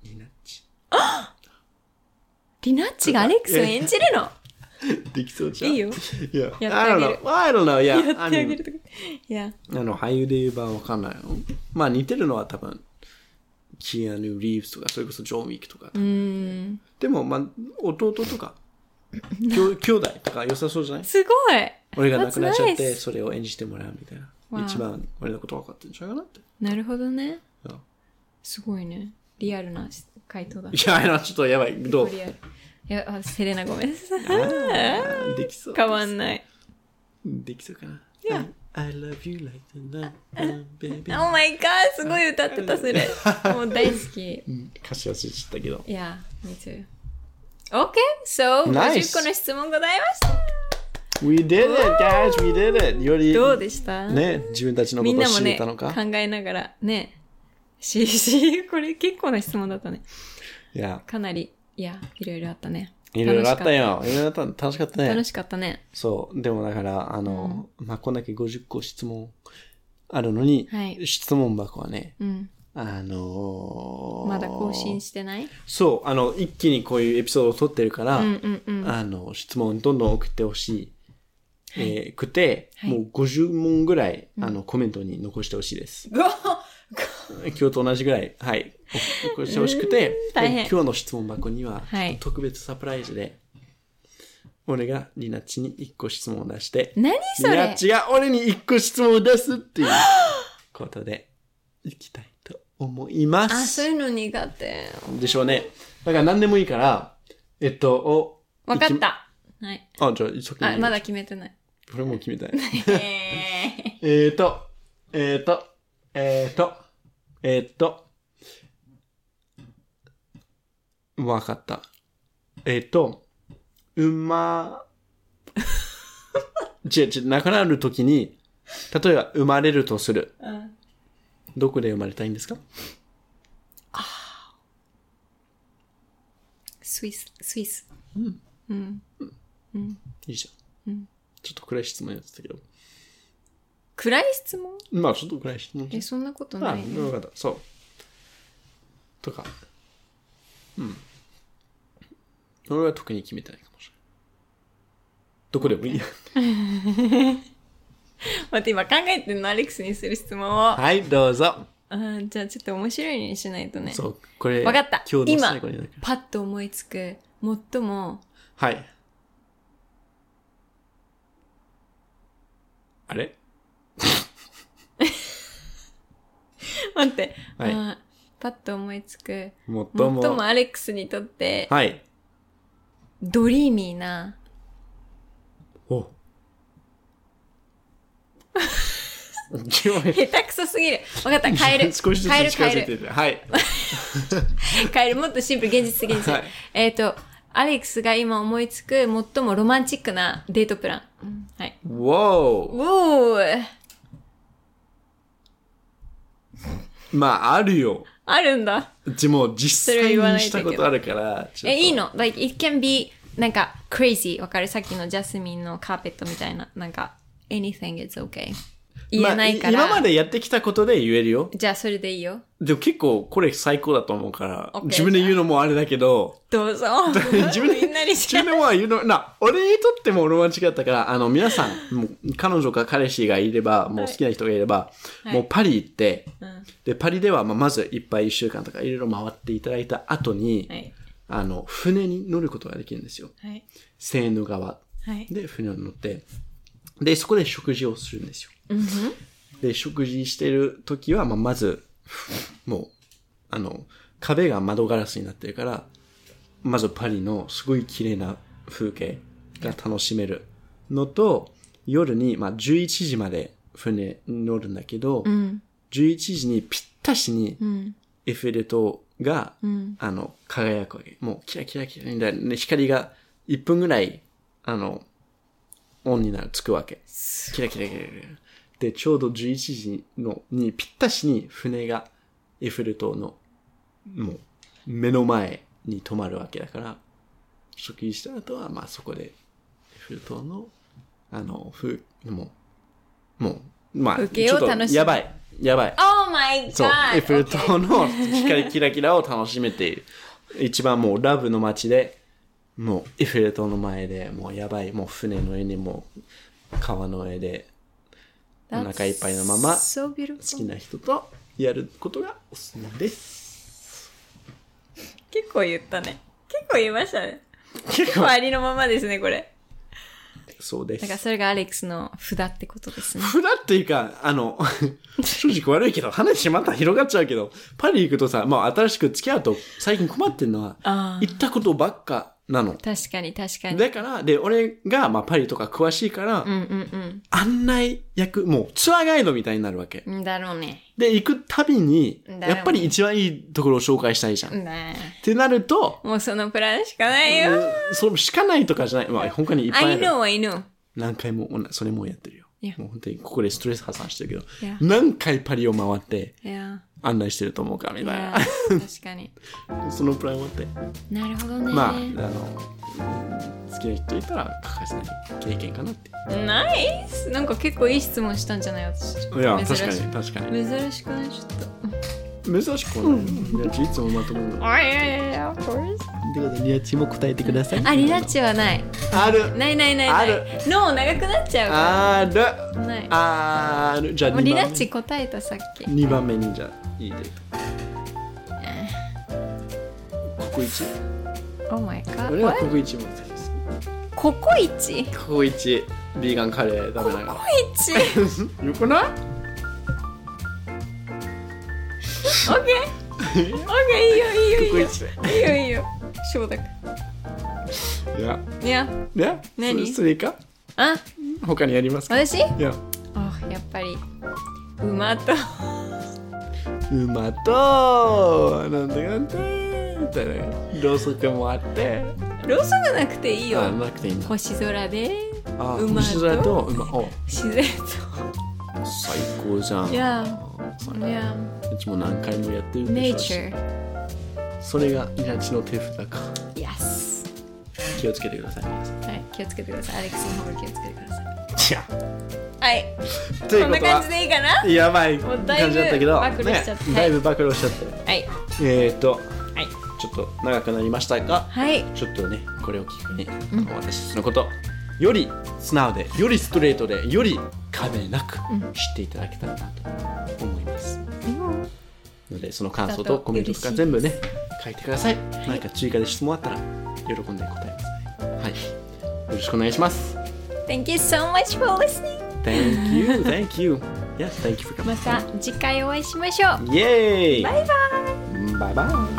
B: になっち。
A: リナッチがアレックスを演じるの
B: できそうじゃん。
A: いいよ。
B: いや、
A: て
B: I
A: あ
B: don't
A: げ
B: know.
A: る
B: I don't know. いや、
A: やってあげるとか。いや。
B: あの、俳優で言えばわかんないの。まあ似てるのは多分、キアヌ・リーブスとか、それこそジョン・ウィックとか。
A: うん
B: でも、まあ、弟とか、きょ兄弟とか良さそうじゃない
A: すごい
B: 俺が亡くなっちゃっ
A: That's
B: て、
A: nice
B: それを演じてもらうみたいな。
A: Wow
B: 一番俺のこと分かってるんちゃうかなって。
A: なるほどね
B: うん
A: すごいねリアルな回答だ
B: いや、あのちょっとやばい。どう
A: リアルいやあセレナごめんなさい
B: あーできそう。
A: 変わんない
B: できそうかな。
A: Yeah
B: I love you like the night, uh, baby.
A: オーマイガーすごい歌ってたそれもう大好き
B: 歌詞忘れちゃったけど。
A: Yeah, me too. Okay, so、
B: Nice.
A: 50個の質問ございました。
B: We did it, guys! We did it! より、
A: どうでした、
B: ね、自分たちの
A: み
B: こ
A: ん
B: と
A: な
B: を
A: も
B: 知
A: ね、
B: れた
A: 考
B: のか。
A: えながらね。し、し、これ結構な質問だったね。
B: いや、
A: かなり、いや、いろいろあったね。
B: いろいろあった
A: 楽しか
B: よ。いろいろあった。楽しかった
A: った。
B: ね
A: 楽。しかったね。
B: そう。でもだから、あの、まあ、こんだけ50個質問あるのに、
A: はい
B: 質問箱はね、
A: うん。
B: あのー
A: まだ更新してない
B: そう、あの、一気にこういうエピソードを撮ってるから、
A: うんうんうん。
B: あの、質問どんどん送ってほしい。えーくて、
A: はい
B: もう50問ぐらい、あの、コメントに残してほしいです。今日と同じぐらい、はい、お残してほしくて、
A: うーん大変
B: で今日の質問箱には、
A: はい
B: 特別サプライズで、俺がリナッチに1個質問を出して、
A: 何
B: リ
A: そ
B: ナ
A: れ
B: ッチが俺に1個質問を出すっていう ことで、いきたいと思います。
A: あ、そういうの苦手。
B: でしょうね。だから何でもいいから、えっと、お、
A: わかった。はい。
B: あ、じゃあ、先
A: あ、
B: に。
A: まだ決めてない。
B: これもう決めたい。
A: え
B: えーと、えーと、えーと、えーと、わかった。えーと、うま、 違う違う、亡くなるときに、例えば生まれるとする。
A: ーうん
B: どこで生まれたいんですか
A: スイス、スイス。
B: いいじゃん。ちょっと暗い質問やってたけど。
A: 暗い質問
B: まあ、ちょっと暗い質問。
A: え、そんなこと
B: あ、
A: ないね。
B: よかった。そう。とか。うん。俺は特に決めてないかもしれない。どこで もいいや。
A: 待って今考えてるのアレックスにする質問を、
B: はい、どうぞ。
A: あーじゃあちょっと面白いようにしないとね
B: そう、これ、
A: わかった
B: 今日の
A: 今
B: 最後になるから
A: パッと思いつく最も
B: はい。あれ
A: 待って、
B: はい
A: あーパッと思いつく
B: もっと
A: 最
B: も。
A: もアレックスにとって
B: はい。
A: ドリーミーな
B: お決ま
A: 下
B: り
A: 手くそすぎるわかった変える
B: 少しずつ
A: 変える
B: 近
A: 変
B: づい
A: え
B: て
A: る
B: る。はい。
A: 変えるもっとシンプル現実的に する、
B: はい
A: えっ、とアレックスが今思いつく最もロマンチックなデートプラン、うんはい
B: わー
A: おー
B: まあ、あるよ。
A: あるんだ
B: でも実際
A: それは言わな
B: に
A: いと
B: し
A: いけな
B: た
A: い
B: ことあるから、ちょっ
A: え、
B: と
A: いいの ?like, it can be, なんか、crazy. わかるさっきのジャスミンのカーペットみたいな、なんか、anything is okay. 言えないから。
B: まあ今までやってきたことで言えるよ。
A: じゃあ、それでいいよ。
B: でも結構これ最高だと思うから、
A: OK
B: 自分で言うのもあれだけど、
A: どうぞ。
B: 自分で
A: みんなにし
B: 自分でも言うの、な、俺にとってもロマンチックだったから、あの皆さん、もう彼女か彼氏がいれば、もう好きな人がいれば、
A: はい
B: もうパリ行って、
A: ん
B: で、パリではまあまずいっぱい一週間とかいろいろ回っていただいた後に、
A: はい。
B: あの、船に乗ることができるんですよ。
A: はい。
B: セーヌ川。
A: はい。
B: で、船に乗って、で、そこで食事をするんですよ。
A: うん
B: で、食事してる時は、まあ、まず、もう、あの、壁が窓ガラスになってるから、まずパリのすごい綺麗な風景が楽しめるのと、夜に、まあ、11時まで船に乗るんだけど、
A: うん。
B: 11時にぴったしに
A: うん。
B: エッフェル塔が、
A: うん。
B: あの、輝くわけ。もう、キラキラキラみたいな、ね、光が1分ぐらい、あの、オンになる、つくわけ。キラキラキラキラ。で、ちょうど11時のにぴったしに船がエッフェル塔のもう目の前に止まるわけだから、食事した後はまあそこでエッフェル塔のあの、ふもう、もう、まあ、
A: 風景
B: ちょ
A: を
B: っと
A: 楽しむ
B: やばい、やばい。
A: Oh my god!
B: そう、エッフェル塔の光キラキラを楽しめている。一番もうラブの街で、もうエッフェル塔の前で、もうやばい、もう船の上にもう川の上で、お腹いっぱいのまま
A: That's so
B: 好
A: beautiful.
B: きな人とやることがおすすめです。
A: 結構言ったね。結構言いましたね。
B: 結
A: 結構ありのままですね、これ。
B: そうで
A: だから
B: す。
A: それがアレックスの札ってことですね。
B: 普段っていうか、あの、正直悪いけど、話また広がっちゃうけど、パリ行くとさ、まあ新しく付き合うと最近困ってんのは、
A: ああ。
B: 行ったことばっかなの。
A: 確かに確かに。
B: だから、で、俺が、まあ、パリとか詳しいから、
A: うんうん
B: 案内役、もうツアーガイドみたいになるわけ。
A: うん。んだろうね。
B: で、行くたびに、
A: だよね
B: やっぱり一番いいところを紹介したいじゃん。っ
A: ね
B: てなると、
A: もうそのプランしかないよ。
B: うんそれしかないとかじゃない。まあ、他にいっぱいあ
A: I
B: る。
A: know, I know.
B: 何回も同じ、それもやってるよ。
A: いや
B: もう本当にここでストレス破産してるけど
A: いや、
B: 何回パリを回って
A: いや
B: 案内してると思うか、み
A: ー、い
B: たい
A: や ー、確かに。
B: な。そのプランもあって。
A: なるほどね。
B: まあ、あの、うん好きな人いたら欠かせない経験かなって。
A: ナイスなんか結構いい質問したんじゃない私。
B: いや、
A: 珍
B: 確
A: し
B: かに、確かに。
A: 珍しくないちょっと。
B: 珍しくは ない。リアチいつもまとめるの。
A: あ、いやいやいや、これ
B: ということで、リアチも答えてください。
A: あ、リラッチはない。
B: ある。
A: ないないない
B: あ
A: ない
B: る。
A: 脳長くなっちゃうか
B: ある。
A: ら。ない。
B: ある。じゃあ、
A: もうリラッチ答えたさっき。
B: 2番目にじゃあ、いいで。ココイチ。
A: Oh my
B: 俺はコ
A: god.
B: コイチも好きです。
A: ココイチ
B: ココイチ、ビーガンカレー食べな が
A: ココ
B: ら。
A: イチオ
B: よくない
A: ッケーオッケーいいよいいよいい
B: ココ
A: よ
B: イ。チ。
A: いいよいいよ。承諾。
B: いや、
A: いや、
B: ね
A: 何
B: そそれいいか
A: あ、
B: 他にやりますかい
A: 私
B: や、
A: あ、やっぱり。馬と。
B: 馬と、なんだかんだ、みたいな。ろうそくもあって。
A: ロソがなくていい
B: あ、
A: よ。
B: なくていいんだ。
A: 星空で、
B: あ
A: 馬と
B: 虫空と馬お
A: 自然
B: 最高じゃん
A: と。いやー。
B: 最
A: い
B: 高
A: や、
B: うちも何回もやってるんでしょ
A: nature。
B: それがイラチの手札か
A: Yes。
B: 気をつけてください皆さん
A: はい、気をつけてください。アレックスの方が気をつけてください。
B: じゃあ
A: はい、
B: とい
A: こ
B: うん
A: な
B: こと
A: 感じ
B: は
A: でいいかな
B: やばい
A: もう
B: 感
A: だいぶ
B: じだったけど
A: 暴露しちゃって
B: ねだいぶ暴露しちゃって
A: はい。
B: えーと
A: はい。
B: ちょっと長くなりましたが
A: はい。
B: ちょっとねこれを聞くにあの私たちのことより素直でよりストレートでより壁なく
A: うん
B: 知っていただけたらなと思います
A: うん
B: のでその感
A: だ
B: 想と
A: と
B: コメントとか
A: 嬉しい
B: 全部ね書いてください何か追加で質問あったら喜んで答えますはいよろしくお願いします
A: Thank you so much for listening!
B: Thank you Thank you Yes Thank you for coming
A: また次回お会いしましょう
B: イェーイ
A: バイバイ
B: バイバイ